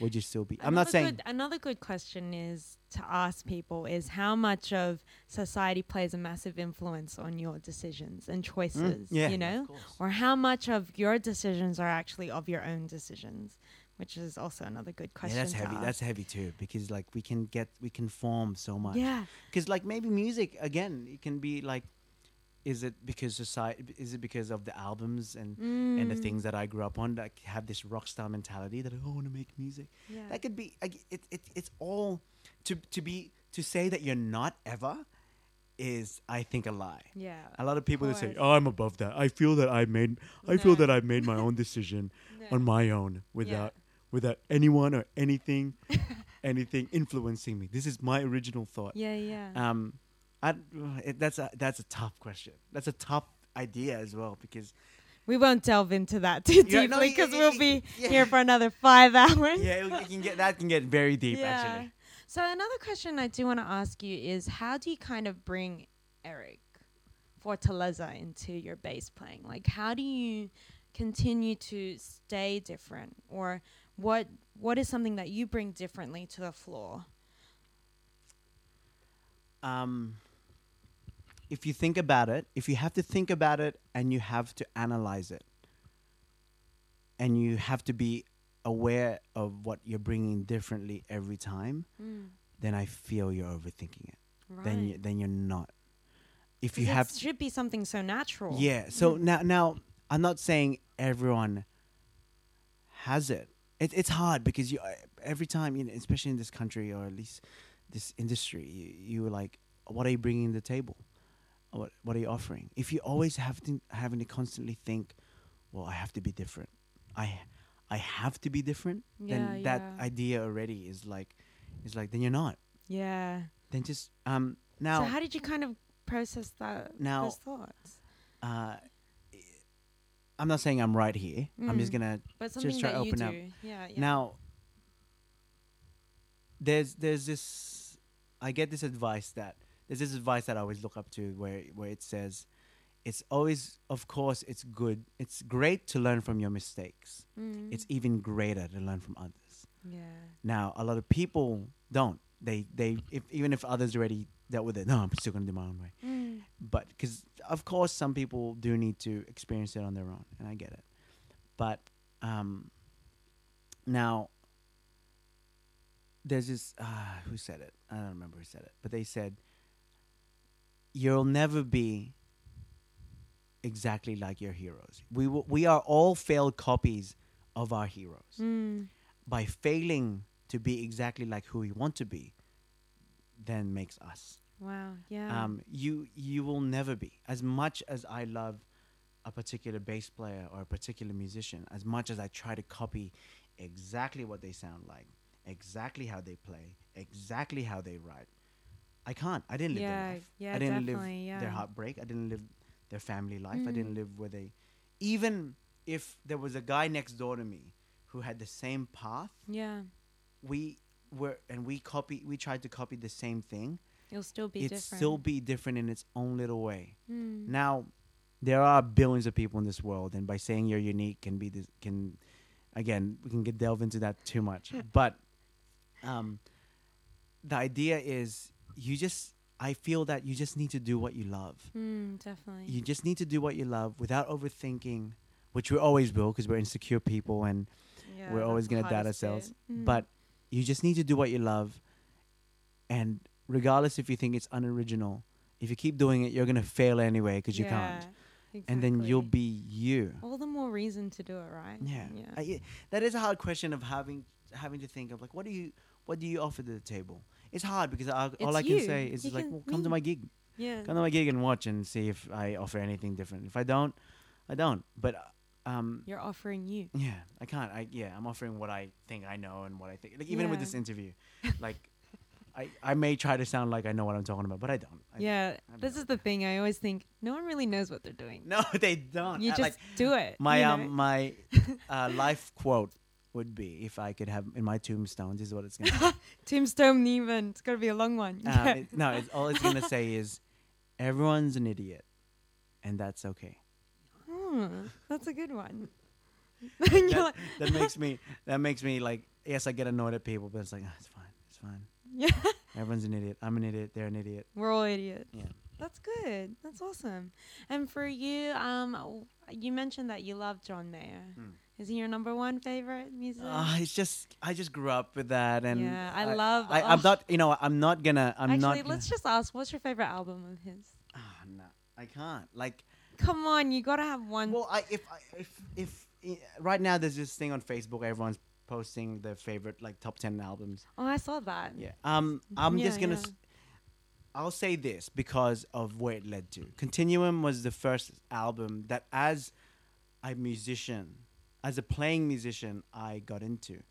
S2: Would you still be? I'm
S1: Another
S2: not saying
S1: Good, another good question is to ask people is how much of society plays a massive influence on your decisions and
S2: Mm,
S1: choices,
S2: yeah,
S1: you know, or how much of your decisions are actually of your own decisions, which is also another good
S2: yeah,
S1: question.
S2: that's
S1: to
S2: heavy.
S1: ask.
S2: That's heavy too, because like we can get we can form so much.
S1: yeah,
S2: because like maybe music again it can be like is it because society? Is it because of the albums and and the
S1: Mm,
S2: things that I grew up on that have this rock star mentality that oh, I want to make music?
S1: Yeah.
S2: That could be. like, It, it it's all to to be to say that you're not ever is I think a lie.
S1: yeah.
S2: A lot of people that say,
S1: course.
S2: "Oh, I'm above that. I feel that I made. I
S1: No.
S2: feel that I made my own decision on my own without without anyone or anything, anything influencing me. This is my original thought."
S1: Yeah, yeah.
S2: Um, I, it, that's a that's a tough question. That's a tough idea as well because
S1: we won't delve into that too
S2: Yeah, no,
S1: deeply
S2: y-
S1: because
S2: y-
S1: we'll
S2: y-
S1: be
S2: yeah.
S1: here for another five hours.
S2: yeah, it, it can get that can get very deep actually.
S1: So another question I do want to ask you is how do you kind of bring Eric Fortaleza into your bass playing? Like how do you continue to stay different or what what is something that you bring differently to the floor?
S2: Um, if you think about it, if you have to think about it and you have to analyze it, and you have to be aware of what you're bringing differently every time, then I feel you're overthinking it.
S1: Hmm, right.
S2: Then you, then you're not. If you
S1: it
S2: have
S1: should be something so natural.
S2: Yeah. So
S1: Mm-hmm.
S2: now, now I'm not saying everyone has it. it it's hard because you uh, every time, you know, especially in this country or at least this industry, you, you're like, what are you bringing to the table? What What are you offering? If you always have to having to constantly think, well, I have to be different. I I have to be different. then
S1: Yeah,
S2: that
S1: yeah.
S2: idea already is like, is like then you're not.
S1: Yeah.
S2: Then just um now.
S1: so how did you kind of process that
S2: Now-
S1: those thoughts?
S2: uh, I'm not saying I'm right here. I'm just
S1: Mm.
S2: gonna
S1: But something
S2: try
S1: that
S2: to
S1: you
S2: open
S1: do.
S2: up.
S1: Yeah, yeah.
S2: Now, there's there's this. I get this advice that there's this advice that I always look up to, where where it says, "It's always, of course, it's good. It's great to learn from your mistakes.
S1: Mm.
S2: It's even greater to learn from others."
S1: yeah.
S2: Now, a lot of people don't. They they if, even if others already dealt with it, no, I'm still gonna do my own way.
S1: Mm.
S2: But because of course some people do need to experience it on their own, and I get it. But um, now there's this uh, who said it? I don't remember who said it, but they said you'll never be exactly like your heroes. We w- we are all failed copies of our heroes
S1: Mm.
S2: by failing to be exactly like who we want to be then makes us
S1: Wow. Yeah.
S2: um, you you will never be as much as i love a particular bass player or a particular musician as much as i try to copy exactly what they sound like exactly how they play exactly how they write i can't i didn't live
S1: Yeah,
S2: their life
S1: yeah,
S2: i didn't live
S1: definitely, yeah.
S2: their heartbreak i didn't live their family life i
S1: Mm.
S2: didn't live where they even if there was a guy next door to me who had the same path
S1: yeah.
S2: we were and we copy we tried to copy the same thing
S1: It'll still be
S2: it
S1: different.
S2: still be different in its own little way
S1: Mm.
S2: now there are billions of people in this world and by saying you're unique can be this can again we can get delve into that too much but um the idea is you just i feel that you just need to do what you love
S1: Mm, definitely.
S2: you just need to do what you love without overthinking which we always will because we're insecure people and
S1: Yeah,
S2: we're always
S1: that's the
S2: going to doubt
S1: hardest bit.
S2: ourselves.
S1: Mm.
S2: But you just need to do what you love. And regardless if you think it's unoriginal, if you keep doing it, you're going to fail anyway because you can't.
S1: Yeah,
S2: And then you'll
S1: exactly.
S2: be you.
S1: all the more reason to do it, right?
S2: Yeah.
S1: Yeah.
S2: I- yeah. that is a hard question of having having to think of like what do you what do you offer to the table? It's hard because I, all
S1: It's
S2: I can
S1: you.
S2: say is
S1: You
S2: like
S1: can-
S2: well, come to
S1: me.
S2: my gig.
S1: yeah.
S2: Come to my gig and watch and see if I offer anything different. If I don't, I don't. But uh, um
S1: You're offering you.
S2: Yeah, I can't. I yeah, I'm offering what I think I know and what I think. Like even with
S1: Yeah.
S2: this interview, like I I may try to sound like I know what I'm talking about, but I don't. I,
S1: yeah.
S2: don't
S1: This
S2: know.
S1: is the thing. I always think no one really knows what they're doing.
S2: No, they don't.
S1: you
S2: I-
S1: just
S2: like,
S1: do it.
S2: my
S1: you know?
S2: um my uh, life quote would be if I could have in my tombstone. This is what it's gonna. Be.
S1: tombstone even. It's gonna be a long one.
S2: Um,
S1: Yeah.
S2: it- no, it's, all it's gonna say is everyone's an idiot, and that's okay.
S1: Hmm, that's a good one. And you're
S2: That,
S1: like,
S2: that makes me. That makes me like. Yes, I get annoyed at people, but it's like "Ah, it's fine. It's fine.
S1: yeah,
S2: Everyone's an idiot. I'm an idiot. They're an idiot.
S1: we're all idiots.
S2: Yeah.
S1: That's good. That's awesome. And for you, um, w- you mentioned that you love John Mayer.
S2: Mm.
S1: Is he your number one favorite musician?
S2: Uh, it's just I just grew up with that, and
S1: Yeah, I love-
S2: I, I'm
S1: oh.
S2: not, you know, I'm not gonna. I'm
S1: Actually,
S2: not. Gonna,
S1: let's just ask. What's your favorite album of his?
S2: Ah, no. I can't. Like,
S1: Come on, you gotta have one.
S2: well, I if I, if if i- right now there's this thing on Facebook, everyone's posting their favorite like top ten albums.
S1: oh, I saw that.
S2: Yeah. Um, I'm
S1: Yeah,
S2: just gonna.
S1: yeah.
S2: S- I'll say this because of where it led to. Continuum was the first album that, as a musician, as a playing musician, I got into.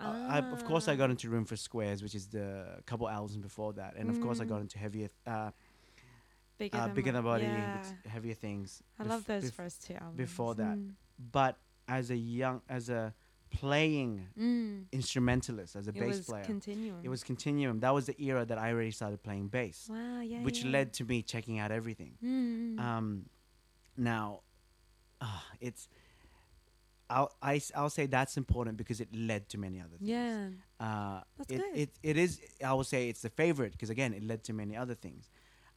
S2: Uh, I, of course, I got into Room for Squares, which is the couple albums before that, and of course, I got into heavier, uh,
S1: Mm. Bigger,
S2: uh,
S1: than,
S2: bigger
S1: my-
S2: than body,
S1: Yeah.
S2: which- heavier things.
S1: I
S2: bef-
S1: love those
S2: bef-
S1: first two albums. Mm.
S2: before that. But as a young, as a playing
S1: Mm.
S2: instrumentalist, as a
S1: It
S2: bass
S1: was
S2: player,
S1: continuum.
S2: it was Continuum. That was the era that I already started playing bass,
S1: Wow. Yeah.
S2: which
S1: yeah.
S2: led to me checking out everything.
S1: Mm. mm.
S2: Um, now, ah, it's I'll I, will i will say that's important because it led to many other things.
S1: yeah.
S2: uh,
S1: That's
S2: it,
S1: good.
S2: it it is. I would say it's the favorite because again, it led to many other things.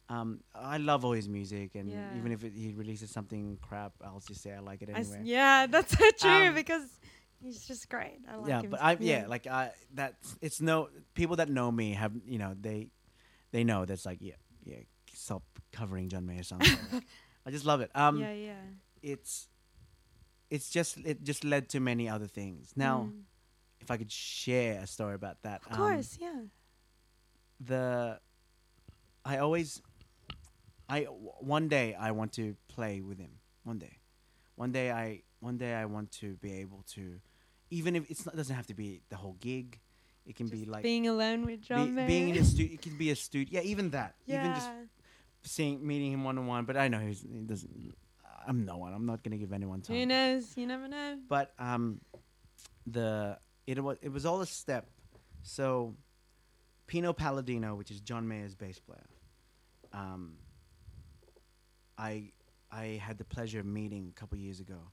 S2: Um, I love all his music, and
S1: Yeah.
S2: even if it, he releases something crap, I'll just say I like it
S1: I s-
S2: anyway.
S1: yeah, that's so true
S2: Um,
S1: because he's just great. I like
S2: yeah,
S1: him.
S2: but I yeah, like I that it's no people that know me have you know they they know that's like yeah yeah stop covering John Mayer songs. Like, I just love it. Um,
S1: yeah, yeah.
S2: it's it's just it just led to many other things. Now,
S1: Mm.
S2: if I could share a story about that, um,
S1: of course, yeah.
S2: the I always I w- one day I want to play with him. One day, one day I one day I want to be able to, even if it's not doesn't have to be the whole gig. It can be
S1: Just
S2: like
S1: being alone with
S2: be-
S1: John
S2: being in
S1: Mayer.
S2: a studio. It can be a studio. Yeah, even that.
S1: yeah.
S2: Even just seeing meeting him one on one. But I know he's, he doesn't. I'm no one. I'm not gonna give anyone time.
S1: Who knows? You never know.
S2: But um, the it was it was all a step. So, Pino Palladino, which is John Mayer's bass player, um, I I had the pleasure of meeting a couple years ago,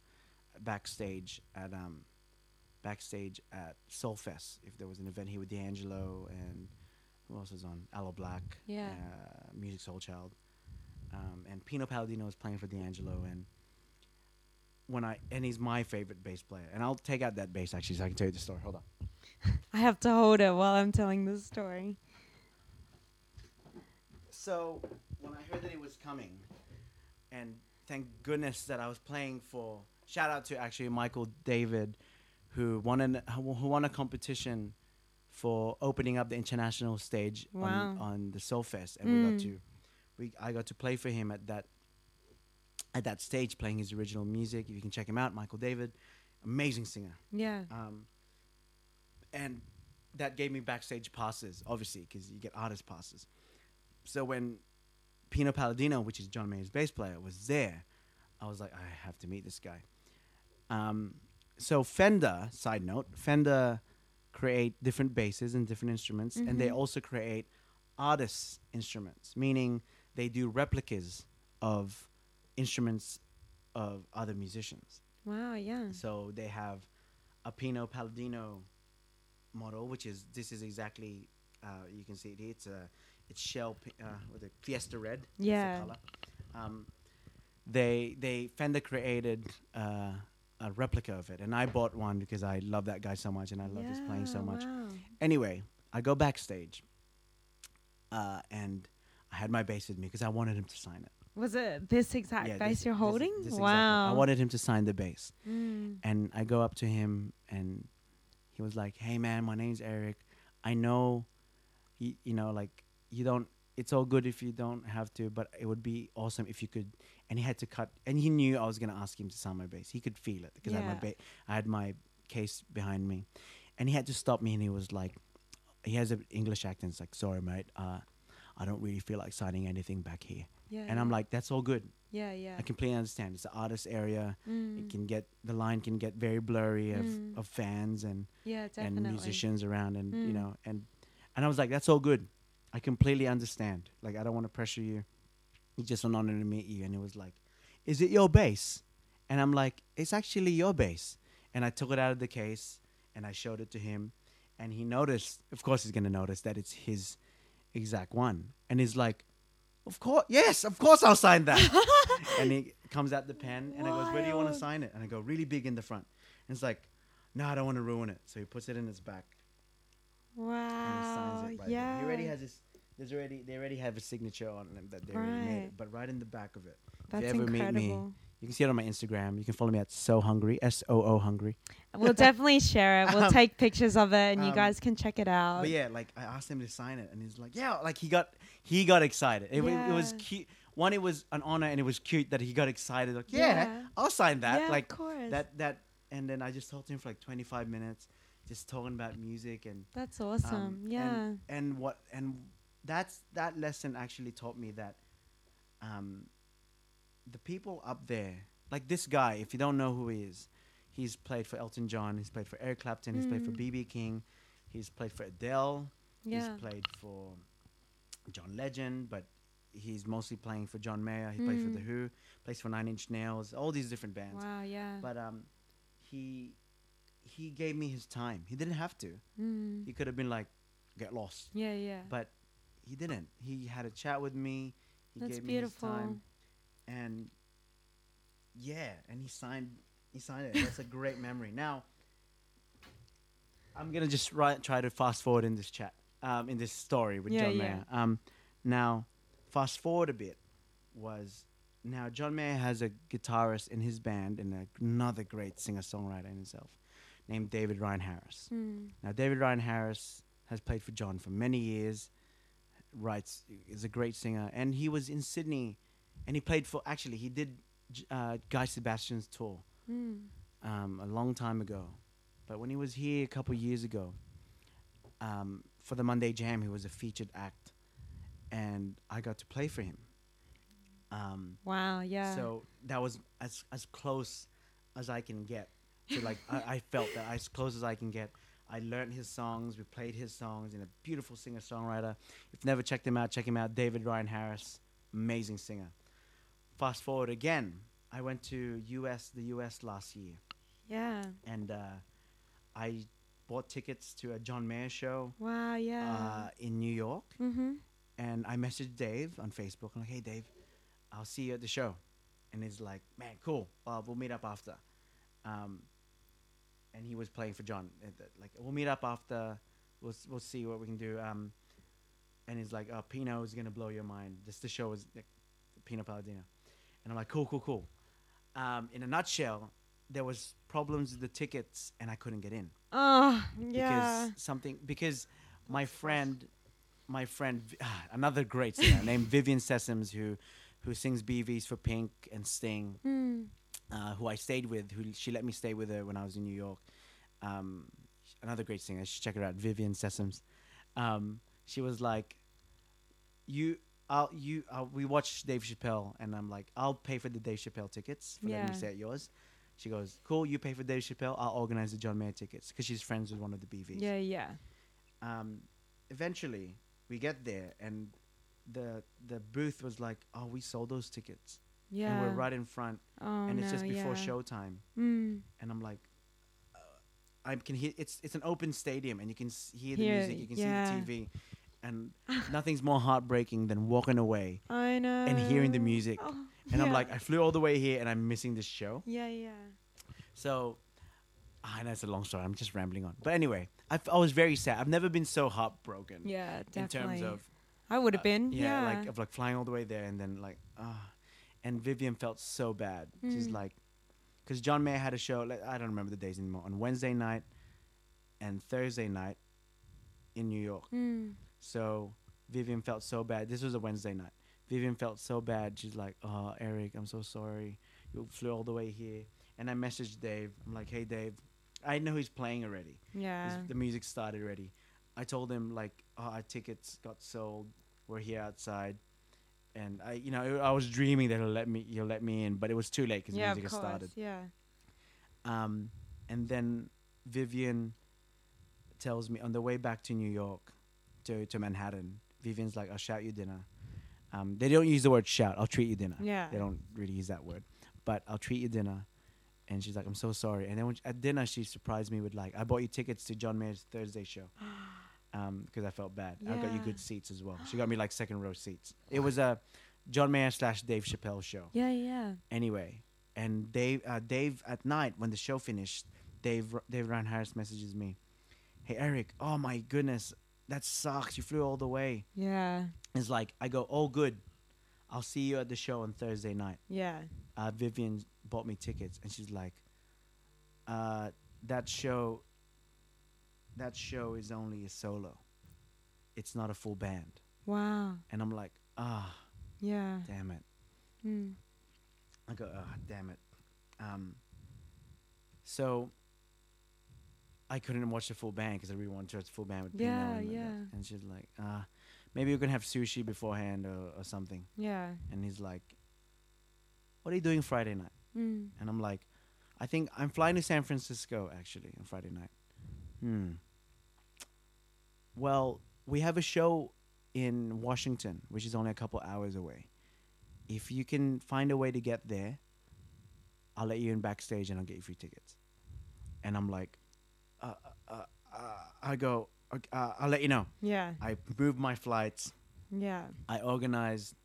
S2: backstage at um, backstage at Soulfest. If there was an event here with D'Angelo and who else was on Aloe Black,
S1: Yeah.
S2: uh, Music Soul Child, um, and Pino Palladino was playing for D'Angelo and when I and he's my favorite bass player. And I'll take out that bass actually, so I can tell you the story. Hold on.
S1: I have to hold it while I'm telling this story.
S2: So when I heard that he was coming, and thank goodness that I was playing for. Shout out to actually Michael David, who won an who won a competition for opening up the international stage on,
S1: Wow.
S2: on the Soulfest, and we
S1: Mm.
S2: got to we I got to play for him at that at that stage, playing his original music. If you can check him out, Michael David, amazing singer.
S1: Yeah.
S2: Um, and that gave me backstage passes, obviously, because you get artist passes. So when Pino Palladino, which is John Mayer's bass player, was there, I was like, I have to meet this guy. Um, so Fender, side note, Fender create different basses and different instruments, and they
S1: Mhm.
S2: also create artists' instruments, meaning they do replicas of instruments of other musicians.
S1: Wow. Yeah.
S2: So they have a Pino Palladino model, which is this is exactly uh, you can see it here. It's a it's shell pi- uh, with a Fiesta red. That's the
S1: Yeah.
S2: color. Um, they they Fender created uh, a replica of it, and I bought one because I love that guy so much, and I love his playing so
S1: Yeah,
S2: much.
S1: Wow.
S2: Anyway, I go backstage, uh, and I had my bass with me because I wanted him to sign it.
S1: Was it this exact
S2: Yeah,
S1: base
S2: this-
S1: you're
S2: this-
S1: holding?
S2: this exact one.
S1: wow.
S2: I wanted him to sign the bass
S1: Mm.
S2: and I go up to him and he was like, "Hey man, my name's Eric. I know you, you know like you don't it's all good if you don't have to, but it would be awesome if you could." And he had to cut and he knew I was going to ask him to sign my bass. He could feel it because I had my
S1: Yeah.
S2: ba- I had my case behind me. And he had to stop me and he was like he has an English accent. It's like, "Sorry, mate. Uh I don't really feel like signing anything back here."
S1: Yeah.
S2: And I'm
S1: yeah.
S2: like, "That's all good.
S1: Yeah. Yeah.
S2: I completely understand. It's the artist area
S1: Mm.
S2: it can get the line can get very blurry of,
S1: Mm.
S2: of fans and
S1: Yeah. Definitely.
S2: and musicians around and you
S1: Mm.
S2: know and and I was like that's all good I completely understand like I don't want to pressure you it's just an honor to meet you and it was like is it your bass and I'm like it's actually your bass and I took it out of the case and I showed it to him and he noticed of course he's gonna notice that it's his exact one and he's like of course yes of course I'll sign that and he comes out the pen and I goes, Where do you want to
S1: Wild.
S2: sign it? And I go, Really big in the front. And it's like, No, I don't want to ruin it. So he puts it in his back
S1: Wow.
S2: and he signs it right there.
S1: Oh, yeah.
S2: He already has his There's already they already have a signature on them that they already made,
S1: Right.
S2: it, but right in the back of it.
S1: That's
S2: ever meet me-
S1: incredible.
S2: You can see it on my Instagram. You can follow me at so hungry, S O O hungry.
S1: We'll definitely share it. We'll
S2: Um,
S1: take pictures of it, and you
S2: um,
S1: guys can check it out.
S2: But yeah, like I asked him to sign it, and he's like, "Yeah." Like he got he got excited. It, wa- it was
S1: Yeah.
S2: cute. One, it was an honor, and it was cute that he got excited. Like, yeah,
S1: Yeah.
S2: I'll sign that.
S1: Yeah,
S2: like
S1: of course.
S2: that that. And then I just talked to him for like 25 minutes, just talking about music and
S1: That's awesome.
S2: um, and-
S1: yeah.
S2: and, what and that's that lesson actually taught me that um the people up there like this guy if you don't know who he is he's played for elton john he's played for eric clapton he's played for
S1: Mm.
S2: bb king he's played for adele
S1: yeah.
S2: he's played for john legend but he's mostly playing for john mayer he played for
S1: Mm.
S2: the who plays for nine inch nails all these different bands
S1: Wow. Yeah.
S2: but um he he gave me his time he didn't have to
S1: Mm.
S2: he could have been like get lost
S1: Yeah. Yeah.
S2: but he didn't. He had a chat with me. He
S1: That's
S2: gave
S1: beautiful.
S2: me his time, and yeah, and he signed. He signed it. That's a great memory. Now, I'm gonna just ri- try to fast forward in this chat, um, in this story with
S1: Yeah,
S2: John
S1: yeah.
S2: Mayer. Um, now, fast forward a bit was now John Mayer has a guitarist in his band and a- another great singer-songwriter in himself, named David Ryan Harris.
S1: Mm.
S2: Now, David Ryan Harris has played for John for many years, writes, is a great singer, and he was in Sydney and he played for, actually, he did J- uh, Guy Sebastian's tour
S1: Mm.
S2: um, a long time ago. But when he was here a couple years ago, um, for the Monday Jam, he was a featured act, and I got to play for him. Um,
S1: Wow. Yeah.
S2: so that was as as close as I can get to like I, I felt that as close as I can get. I learned his songs. We played his songs, and a beautiful singer songwriter. If you've never checked him out, check him out. David Ryan Harris, amazing singer. Fast forward again. I went to U.S. the U.S. last year,
S1: yeah.
S2: and uh, I bought tickets to a John Mayer show
S1: Wow. Yeah.
S2: uh, in New York
S1: mm-hmm.
S2: and I messaged Dave on Facebook. I'm like, hey, Dave, I'll see you at the show. And he's like, man, cool. Uh, we'll meet up after. Um, and he was playing for John. And that- Like, we'll meet up after. We'll, s- we'll see what we can do. Um, and he's like, oh, Pino is going to blow your mind. This the show is like, Pino Palladino. And I'm like, cool, cool, cool. Um, in a nutshell, there was problems with the tickets and I couldn't get in
S1: Oh. Yeah.
S2: because something because my friend my friend Vi- another great singer named Vivian Sessoms who who sings BVs for Pink and Sting
S1: Mm.
S2: uh, who I stayed with who she let me stay with her when I was in New York um, sh- another great singer you should check her out Vivian Sessoms um, she was like you I'll, you uh, we watched Dave Chappelle and I'm like I'll pay for the Dave Chappelle tickets for letting
S1: Yeah.
S2: me stay at yours she goes cool you pay for Dave Chappelle I'll organize the John Mayer tickets because she's friends with one of the BVs
S1: Yeah. Yeah.
S2: um, eventually we get there and the the booth was like, oh, we sold those tickets,
S1: Yeah.
S2: and we're right in front,
S1: Oh,
S2: and it's
S1: no,
S2: just before
S1: yeah.
S2: showtime,
S1: Mm.
S2: and I'm like, uh, I can hear it's it's an open stadium, and you can s- hear the
S1: Hear
S2: music,
S1: it,
S2: you can
S1: yeah.
S2: see the TV, and nothing's more heartbreaking than walking away,
S1: I know.
S2: hearing the music.
S1: Oh,
S2: and I'm
S1: yeah.
S2: like, I flew all the way here, and I'm missing this show,
S1: Yeah. Yeah.
S2: so. I know it's a long story. I'm just rambling on. But anyway, I, f- I was very sad. I've never been so heartbroken
S1: Yeah.
S2: in
S1: Definitely.
S2: terms of
S1: I would have
S2: uh,
S1: been.
S2: yeah,
S1: Yeah.
S2: like of like flying all the way there and then like ah and vivian felt so bad she's
S1: Mm.
S2: like because john mayer had a show like, i don't remember the days anymore on wednesday night and thursday night in new york
S1: Mm.
S2: so vivian felt so bad this was a wednesday night vivian felt so bad she's like oh eric i'm so sorry you flew all the way here and i messaged dave i'm like hey dave i know he's playing already
S1: Yeah.
S2: 'cause the music started already. I told him like oh, our tickets got sold. We're here outside, and I you know I was dreaming that he'll let me he'll let me in, but it was too late because
S1: yeah.
S2: music
S1: of
S2: had
S1: course.
S2: started.
S1: Yeah.
S2: Um, and then Vivian tells me on the way back to New York to to Manhattan. Vivian's like, "I'll shout you dinner." Um, they don't use the word shout. I'll treat you dinner.
S1: Yeah.
S2: Uh, They don't really use that word, but I'll treat you dinner. And she's like, "I'm so sorry." And then when at dinner, she surprised me with like, "I bought you tickets to John Mayer's Thursday show." Um, because I felt bad. I got you
S1: Yeah.
S2: good seats as well. She got me like second row seats. It was a John Mayer slash Dave Chappelle show
S1: Yeah. Yeah.
S2: anyway. And Dave, uh, Dave, at night when the show finished, Dave, Dave Ryan Harris messages me, "Hey Eric, oh my goodness, that sucks. You flew all the way.
S1: Yeah.
S2: It's like I go, oh good, I'll see you at the show on Thursday night.
S1: Yeah.
S2: Uh, Vivian bought me tickets, and she's like, uh, that show. That show is only a solo. It's not a full band,
S1: Wow.
S2: and I'm like, ah,
S1: Yeah.
S2: damn it.
S1: Mm.
S2: I go, ah, damn it. Um, so I couldn't watch the full band because I really wanted to watch the full band with Pino
S1: Yeah,
S2: and, my dad.
S1: yeah.
S2: and she's like, ah, maybe we can have sushi beforehand or, or something.
S1: Yeah.
S2: And he's like, what are you doing Friday night?
S1: Mm.
S2: And I'm like, I think I'm flying to San Francisco actually on Friday night. Hmm. Well, we have a show in Washington, which is only a couple hours away. If you can find a way to get there, I'll let you in backstage and I'll get you free tickets. And I'm like, uh, uh, uh, I go, "Ok- uh, I'll let you know.
S1: Yeah.
S2: I moved my flights.
S1: Yeah.
S2: I organized,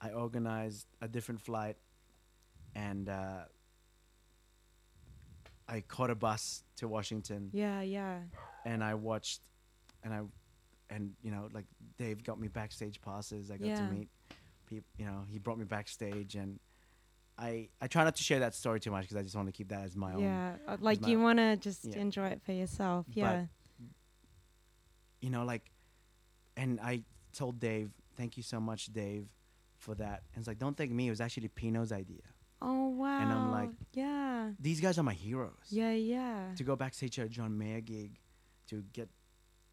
S2: I organized a different flight, and uh, I caught a bus to Washington,
S1: Yeah. Yeah.
S2: and I watched, and I, and you know, like Dave got me backstage passes. I got
S1: Yeah.
S2: to meet people. You know, he brought me backstage, and I I try not to share that story too much because I just want to keep that as my own.
S1: Yeah. Uh, Like
S2: my-
S1: you want to just
S2: Yeah.
S1: enjoy it for yourself.
S2: But-
S1: Yeah.
S2: You know, like, and I told Dave, thank you so much, Dave, for that. And it's like, don't thank me. It was actually Pino's idea.
S1: oh wow.
S2: I'm like-
S1: Yeah.
S2: These guys are my heroes.
S1: Yeah. Yeah.
S2: to go backstage at a John Mayer gig to get,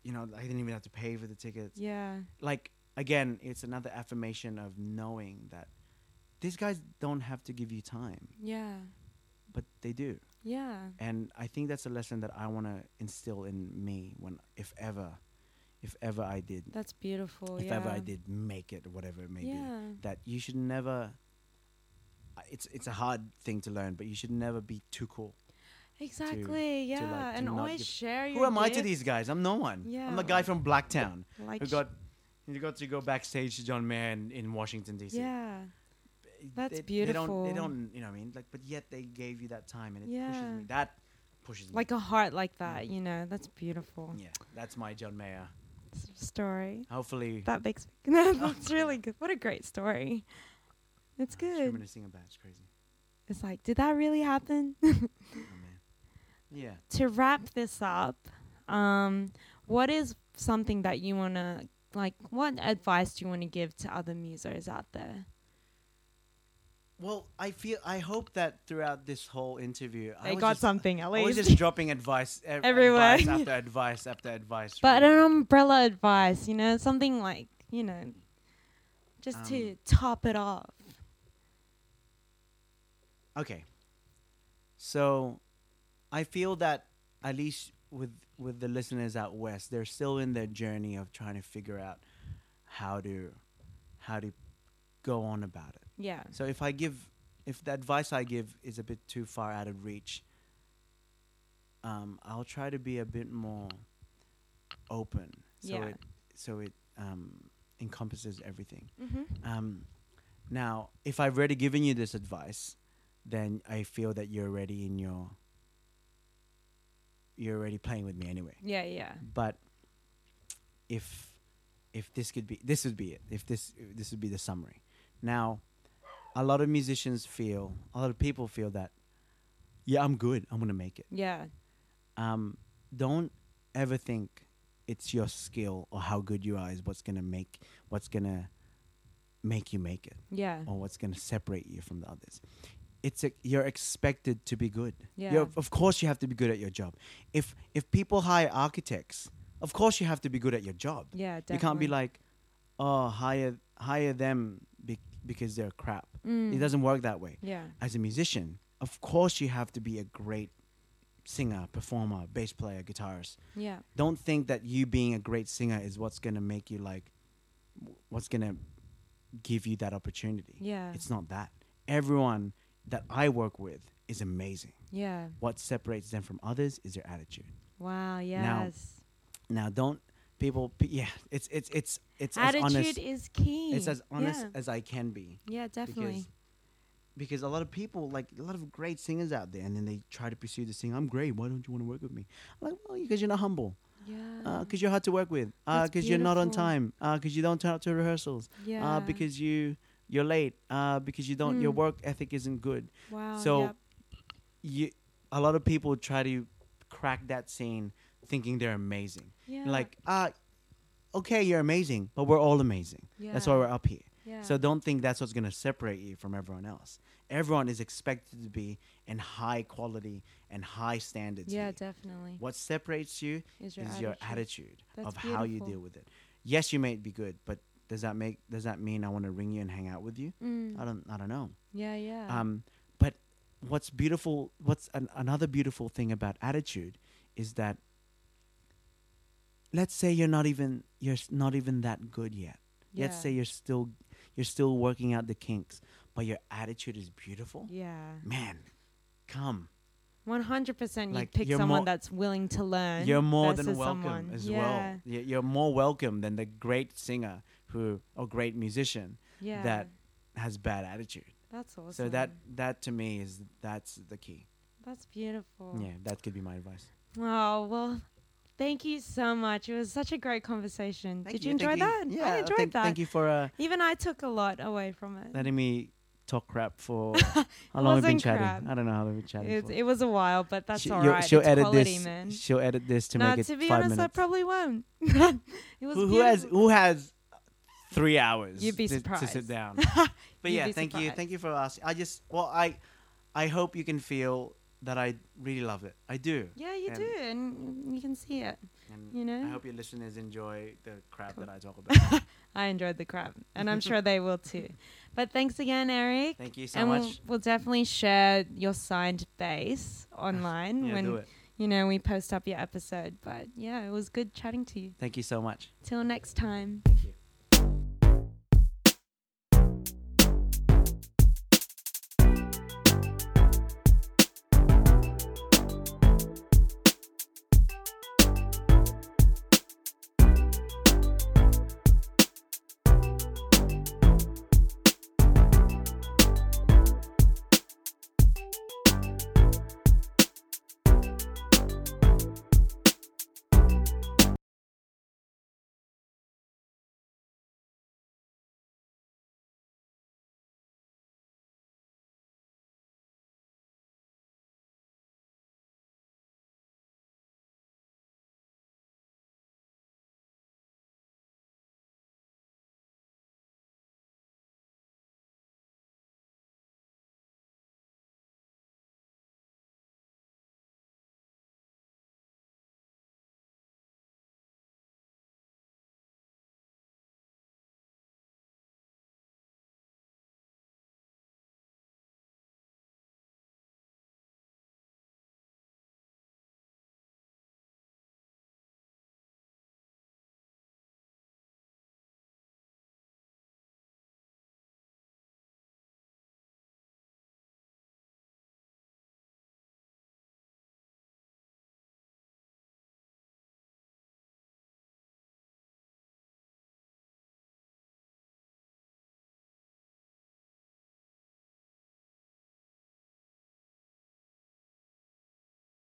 S2: you know, I didn't even have to pay for the tickets.
S1: Yeah.
S2: Like, again, it's another affirmation of knowing that these guys don't have to give you time,
S1: Yeah.
S2: but they do.
S1: Yeah.
S2: And I think that's a lesson that I want to instill in me when, if ever, if ever I did,
S1: That's beautiful.
S2: if
S1: Oh, yeah.
S2: ever I did make it, whatever it may be,
S1: Yeah.
S2: that you should never. I- It's it's a hard thing to learn, but you should never be too cool.
S1: Exactly. yeah.
S2: to not
S1: and always
S2: give-
S1: share your
S2: Who am I to
S1: gift.
S2: these guys? I'm no one. I'm the
S1: Yeah.
S2: guy from Blacktown.
S1: Like
S2: who
S1: sh-
S2: got who got to go backstage to John Mayer in, in Washington D.C.
S1: Yeah.
S2: B-
S1: that's
S2: they, They
S1: beautiful.
S2: don't, they don't, you know, what I mean, like, but yet they gave you that time, and it pushes
S1: Yeah.
S2: me. That pushes
S1: Like
S2: me.
S1: a heart like that, you know. That's beautiful
S2: yeah, that's my John Mayer.
S1: s- story.
S2: Hopefully,
S1: That makes me. No, that's really good. What a great story. It's
S2: Ah, just
S1: good.
S2: Reminiscing about it's crazy.
S1: It's like, did that really happen?
S2: Oh, man. Yeah.
S1: to wrap this up, um, what is something that you want to like? What advice do you want to give to other musos out there?
S2: Well, I feel I hope that throughout this whole interview, I
S1: they
S2: was
S1: got
S2: just,
S1: something at
S2: I was
S1: least,
S2: just dropping advice ev-
S1: Everywhere.
S2: advice after advice after advice.
S1: but
S2: really.
S1: an umbrella advice, you know, something like you know, just to
S2: Um,
S1: top it off.
S2: Okay. So I feel that at least with with the listeners out west, they're still in their journey of trying to figure out how to how to go on about it.
S1: Yeah,
S2: So if I give if the advice I give is a bit too far out of reach, um, I'll try to be a bit more open. So
S1: Yeah.
S2: it so it um, encompasses everything.
S1: mm-hmm.
S2: Um, now, if I've already given you this advice, then I feel that you're already in your. You're already playing with me anyway.
S1: yeah, yeah,
S2: But if if this could be this would be it. If this this would be the summary. Now, a lot of musicians feel a lot of people feel that yeah, I'm good. I'm gonna make it.
S1: yeah,
S2: Um, don't ever think it's your skill or how good you are is what's gonna make what's gonna make you make it
S1: yeah,
S2: or what's going to separate you from the others. It's a, you're expected to be good.
S1: Yeah.
S2: You're, of course, you have to be good at your job. If if people hire architects, of course you have to be good at your job.
S1: yeah. Definitely.
S2: You can't be like, oh, hire hire them be, because they're crap. It
S1: Mm.
S2: doesn't work that way.
S1: Yeah,
S2: As a musician, of course you have to be a great singer, performer, bass player, guitarist.
S1: yeah,
S2: Don't think that you being a great singer is what's going to make you like, w- what's going to give you that opportunity.
S1: yeah,
S2: It's not that. Everyone that I work with is amazing.
S1: yeah.
S2: What separates them from others is their attitude.
S1: Wow.
S2: Now,
S1: Yes.
S2: Now, don't people? p- Yeah, it's it's it's it's
S1: Attitude
S2: as honest.
S1: is key.
S2: It's as honest
S1: Yeah,
S2: as I can be
S1: yeah definitely.
S2: because because a lot of people like a lot of great singers out there, and then they try to pursue the sing. I'm great. Why don't you want to work with me? I'm like, well, because you're not humble.
S1: Yeah.
S2: because you're hard to work with, because
S1: That's
S2: you're not on
S1: beautiful.
S2: time, because you don't turn up to rehearsals,
S1: yeah.
S2: uh, because you you're late, uh, because you don't your
S1: Mm.
S2: work ethic isn't good.
S1: wow.
S2: so
S1: yep.
S2: You, a lot of people try to crack that scene thinking they're amazing.
S1: yeah.
S2: Like, uh, okay, you're amazing, but we're all amazing. That's why
S1: Yeah.
S2: we're up here.
S1: yeah.
S2: So don't think that's what's going to separate you from everyone else. Everyone is expected to be in high quality and high standards.
S1: yeah,
S2: here.
S1: definitely.
S2: What separates you
S1: Is
S2: is your attitude
S1: That's
S2: of how you
S1: beautiful.
S2: deal with it. Yes, you may be good, but does that make does that mean I want to ring you and hang out with you?
S1: Mm.
S2: I don't I don't know.
S1: Yeah, yeah.
S2: Uh, Um, but what's beautiful, what's an, another beautiful thing about attitude is that let's say you're not even you're s- not even that good yet. Let's
S1: Yeah.
S2: say you're still you're still working out the kinks, but your attitude is beautiful.
S1: yeah.
S2: Man, come.
S1: 100% you
S2: Like,
S1: pick
S2: you're
S1: someone
S2: more-
S1: that's willing to learn.
S2: You're more than
S1: versus
S2: welcome
S1: someone.
S2: as
S1: yeah.
S2: well. Y- You're more welcome than the great singer who or great musician
S1: Yeah.
S2: that has bad attitude.
S1: that's awesome.
S2: So that that to me is that's the key.
S1: that's beautiful.
S2: Yeah, that could be my advice.
S1: Oh, well, thank you so much. It was such a great conversation.
S2: Thank
S1: Did you,
S2: thank
S1: enjoy that?
S2: Yeah,
S1: I enjoyed
S2: thank,
S1: that.
S2: Thank you for uh,
S1: Even I took a lot away from it.
S2: letting me talk crap for how long we've been
S1: wasn't
S2: chatting.
S1: crap.
S2: I don't know how long we've been chatting.
S1: It,
S2: for.
S1: it was a while, but that's
S2: She-
S1: all
S2: you'll-
S1: right.
S2: She'll
S1: it's
S2: edit
S1: quality,
S2: this.
S1: man.
S2: She'll edit this to
S1: nah,
S2: make it
S1: to be
S2: five
S1: honest, I
S2: minutes.
S1: probably won't. it was
S2: who, who has
S1: beautiful.
S2: who has three hours?
S1: You'd be
S2: to, to sit
S1: surprised.
S2: down. But
S1: You'd
S2: yeah,
S1: be
S2: thank you,
S1: surprised.
S2: thank you for asking. I just well, I I hope you can feel that I really love it. I do.
S1: Yeah, you
S2: And-
S1: do, and you can see it.
S2: And
S1: You know?
S2: I hope your listeners enjoy the crap that I talk about.
S1: I enjoyed the crap, and I'm sure they will too. But thanks again, Eric.
S2: thank you so
S1: and We'll,
S2: much.
S1: we'll definitely share your signed bass online
S2: yeah,
S1: when
S2: do it.
S1: you know we post up your episode. But yeah, it was good chatting to you.
S2: Thank you so much.
S1: Till next time.
S2: Thank you.